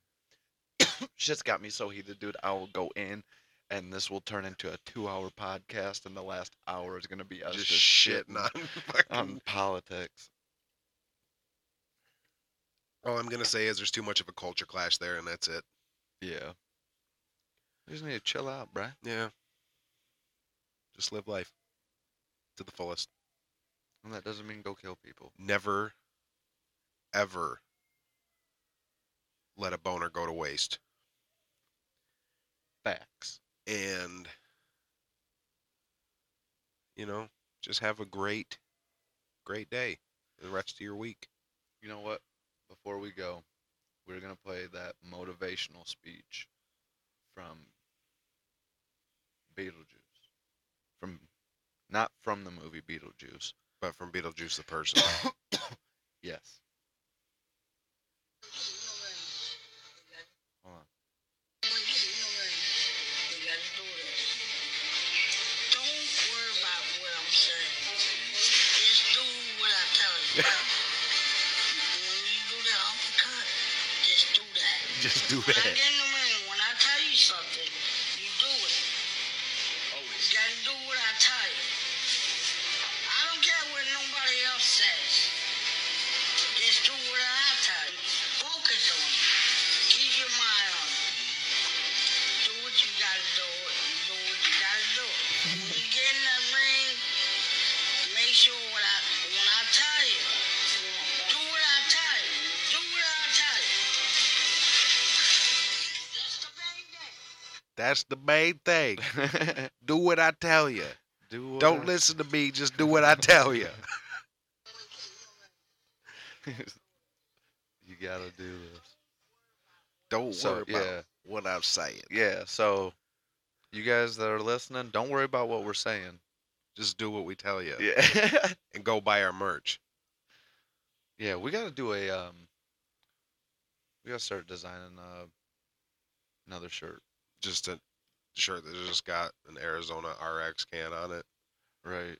[COUGHS] shit's got me so heated, dude. I will go in, and this will turn into a two-hour podcast, and the last hour is gonna be us
just
just, Um,
shitting on. [LAUGHS] fucking-
on politics.
All I'm gonna say is there's too much of a culture clash there, and that's it.
Yeah. We just need to chill out, bruh.
Yeah. Just live life to the fullest.
And that doesn't mean go kill people.
Never, ever let a boner go to waste.
Facts.
and you know just have a great great day the rest of your week
You know what? Before we go, we're gonna play that motivational speech from Beetlejuice. From not from the movie Beetlejuice.
but from beetlejuice the person
Yes. Hold on. [LAUGHS]
just do
[LAUGHS]
I get in the ring. When I tell you something, you do it. You gotta do what I tell you. I don't care what nobody else says. Just do what I tell you. Focus on it. Keep your mind on it. Do what you gotta do. Do what you gotta do. When you get in that ring, make sure what I when I tell you. Do what I tell you. Do what I tell you. That's the main thing.
that's the main
[LAUGHS]
thing do what i tell you
Do what
don't
I-
listen to me just do what i tell
[LAUGHS]
you
you gotta do this.
don't
So,
worry about
yeah.
what i'm saying
Yeah, so you guys that are listening, don't worry about what we're saying.
just do what we tell you
Yeah. [LAUGHS]
and go buy our merch
Yeah, we gotta do a um. We gotta start designing uh another shirt,
just a shirt that just got an arizona rx can on it
right?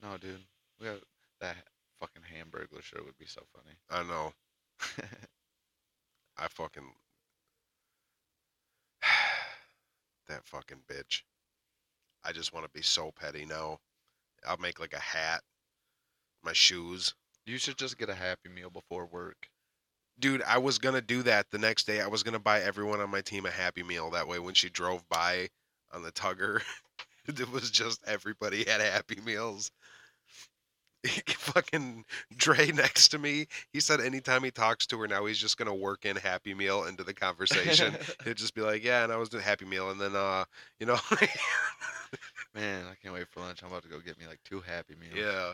No, dude, we got that fucking hamburger shirt would be so funny.
i know [LAUGHS] I fucking [SIGHS] that fucking bitch. I just want to be so petty now. I'll make like a hat, my shoes.
you should just get a happy meal before work.
Dude, I was gonna do that the next day. I was gonna buy everyone on my team a Happy Meal. That way, when she drove by on the tugger, [LAUGHS] it was just everybody had Happy Meals. [LAUGHS] fucking Dre next to me, he said anytime he talks to her now, he's just gonna work in Happy Meal into the conversation. It'd just be like, yeah, and I was doing Happy Meal, and then uh, you know, [LAUGHS]
Man, I can't wait for lunch. I'm about to go get me like two happy meals.
yeah,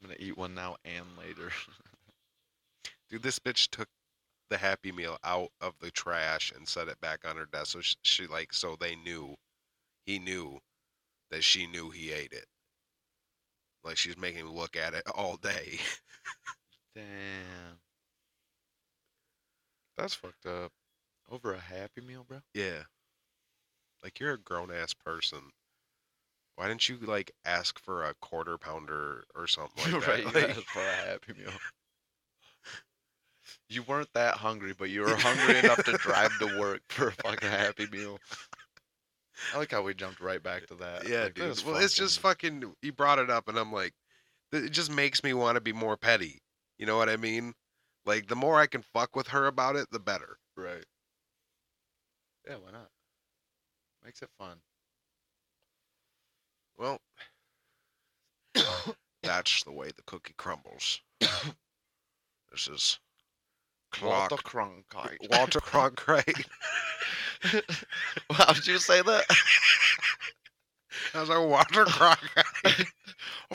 I'm gonna eat one now and later. [LAUGHS]
dude, this bitch took the Happy Meal out of the trash and set it back on her desk, so she, she like, so they knew, he knew, that she knew he ate it. Like she's making him look at it [LAUGHS] all day.
Damn, that's fucked up. Over a happy meal, bro.
Yeah. Like you're a grown ass person. Why didn't you like ask for a quarter pounder or something like
[LAUGHS] right,
that?
you
Like,
asked for a happy meal. You weren't that hungry, but you were [LAUGHS] hungry enough to drive to work for a fucking happy meal. I like how we jumped right back to that.
yeah,
Uh, Like,
dude.
this
Well, it's just fucking. You brought it up, and I'm like, th- it just makes me want to be more petty. You know what I mean? Like the more I can fuck with her about it, the better.
right. Yeah, why not? Makes it fun. [COUGHS]
Well, that's the way the cookie
[COUGHS]
crumbles. this is clock.
Walter Cronkite. [LAUGHS]
Walter Cronkite.
How did you say that?
I was like
[LAUGHS]
Walter [LAUGHS] Cronkite.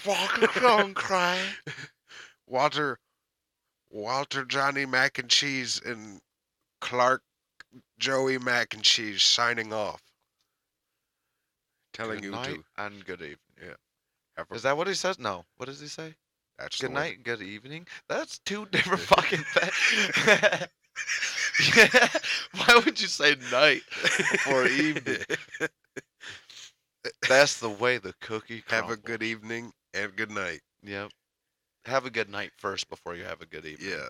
Walter Cronkite.
Walter, Walter Johnny Mac and Cheese and Clark Joey Mac and Cheese signing off. Telling
Good
you
night
to
and good evening.
have a
Is that what he says? No. What does he say?
that's the
good
way-
night, good evening. That's
[LAUGHS]
two different fucking things. [LAUGHS] Why would you say night before evening? [LAUGHS] That's the way the cookie.
Have a
crumbles.
good evening and good night.
Yep. have a good night first before you have a good evening.
Yeah.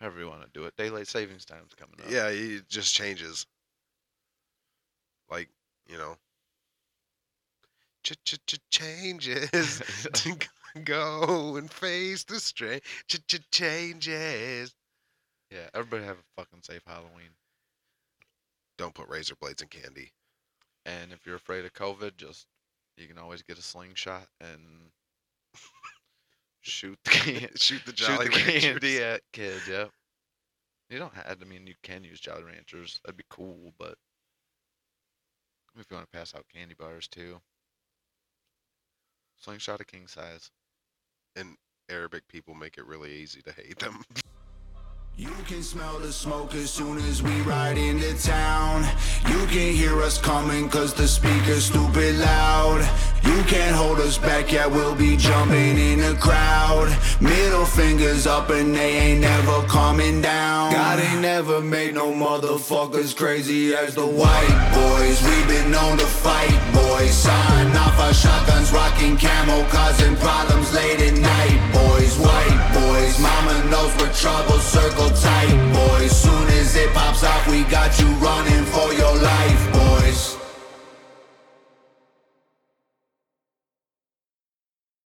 However you want to do it. Daylight savings time's coming up.
Yeah, it just changes. Like, you know, ch ch ch
[LAUGHS]
changes [LAUGHS] to g- go and face the strain. Ch ch changes.
Yeah. Everybody have a fucking safe Halloween.
Don't put razor blades in candy.
And if you're afraid of COVID, just you can always get a slingshot and
[LAUGHS]
shoot the can-
Shoot the
shoot
Jolly
the
Ranchers.
[LAUGHS] candy at kids. Yep. You don't have. I mean, you can use Jolly Ranchers. That'd be cool, but if you want to pass out candy bars too, slingshot a king size.
Arabic people make it really easy to hate them.
You can smell the smoke as soon as we ride into town. You can hear us coming cause the speaker's stupid loud. You can't hold us back, yeah, we'll be jumping in the crowd. Middle fingers up and they ain't never coming down. God ain't never made no motherfuckers crazy as the white boys. We've been known to fight, boys. Sign off our shotguns, rocking camo, causing problems late at night, boys. White boys, mama knows we're trouble, circle tight, boys. Soon as it pops off, we got you running for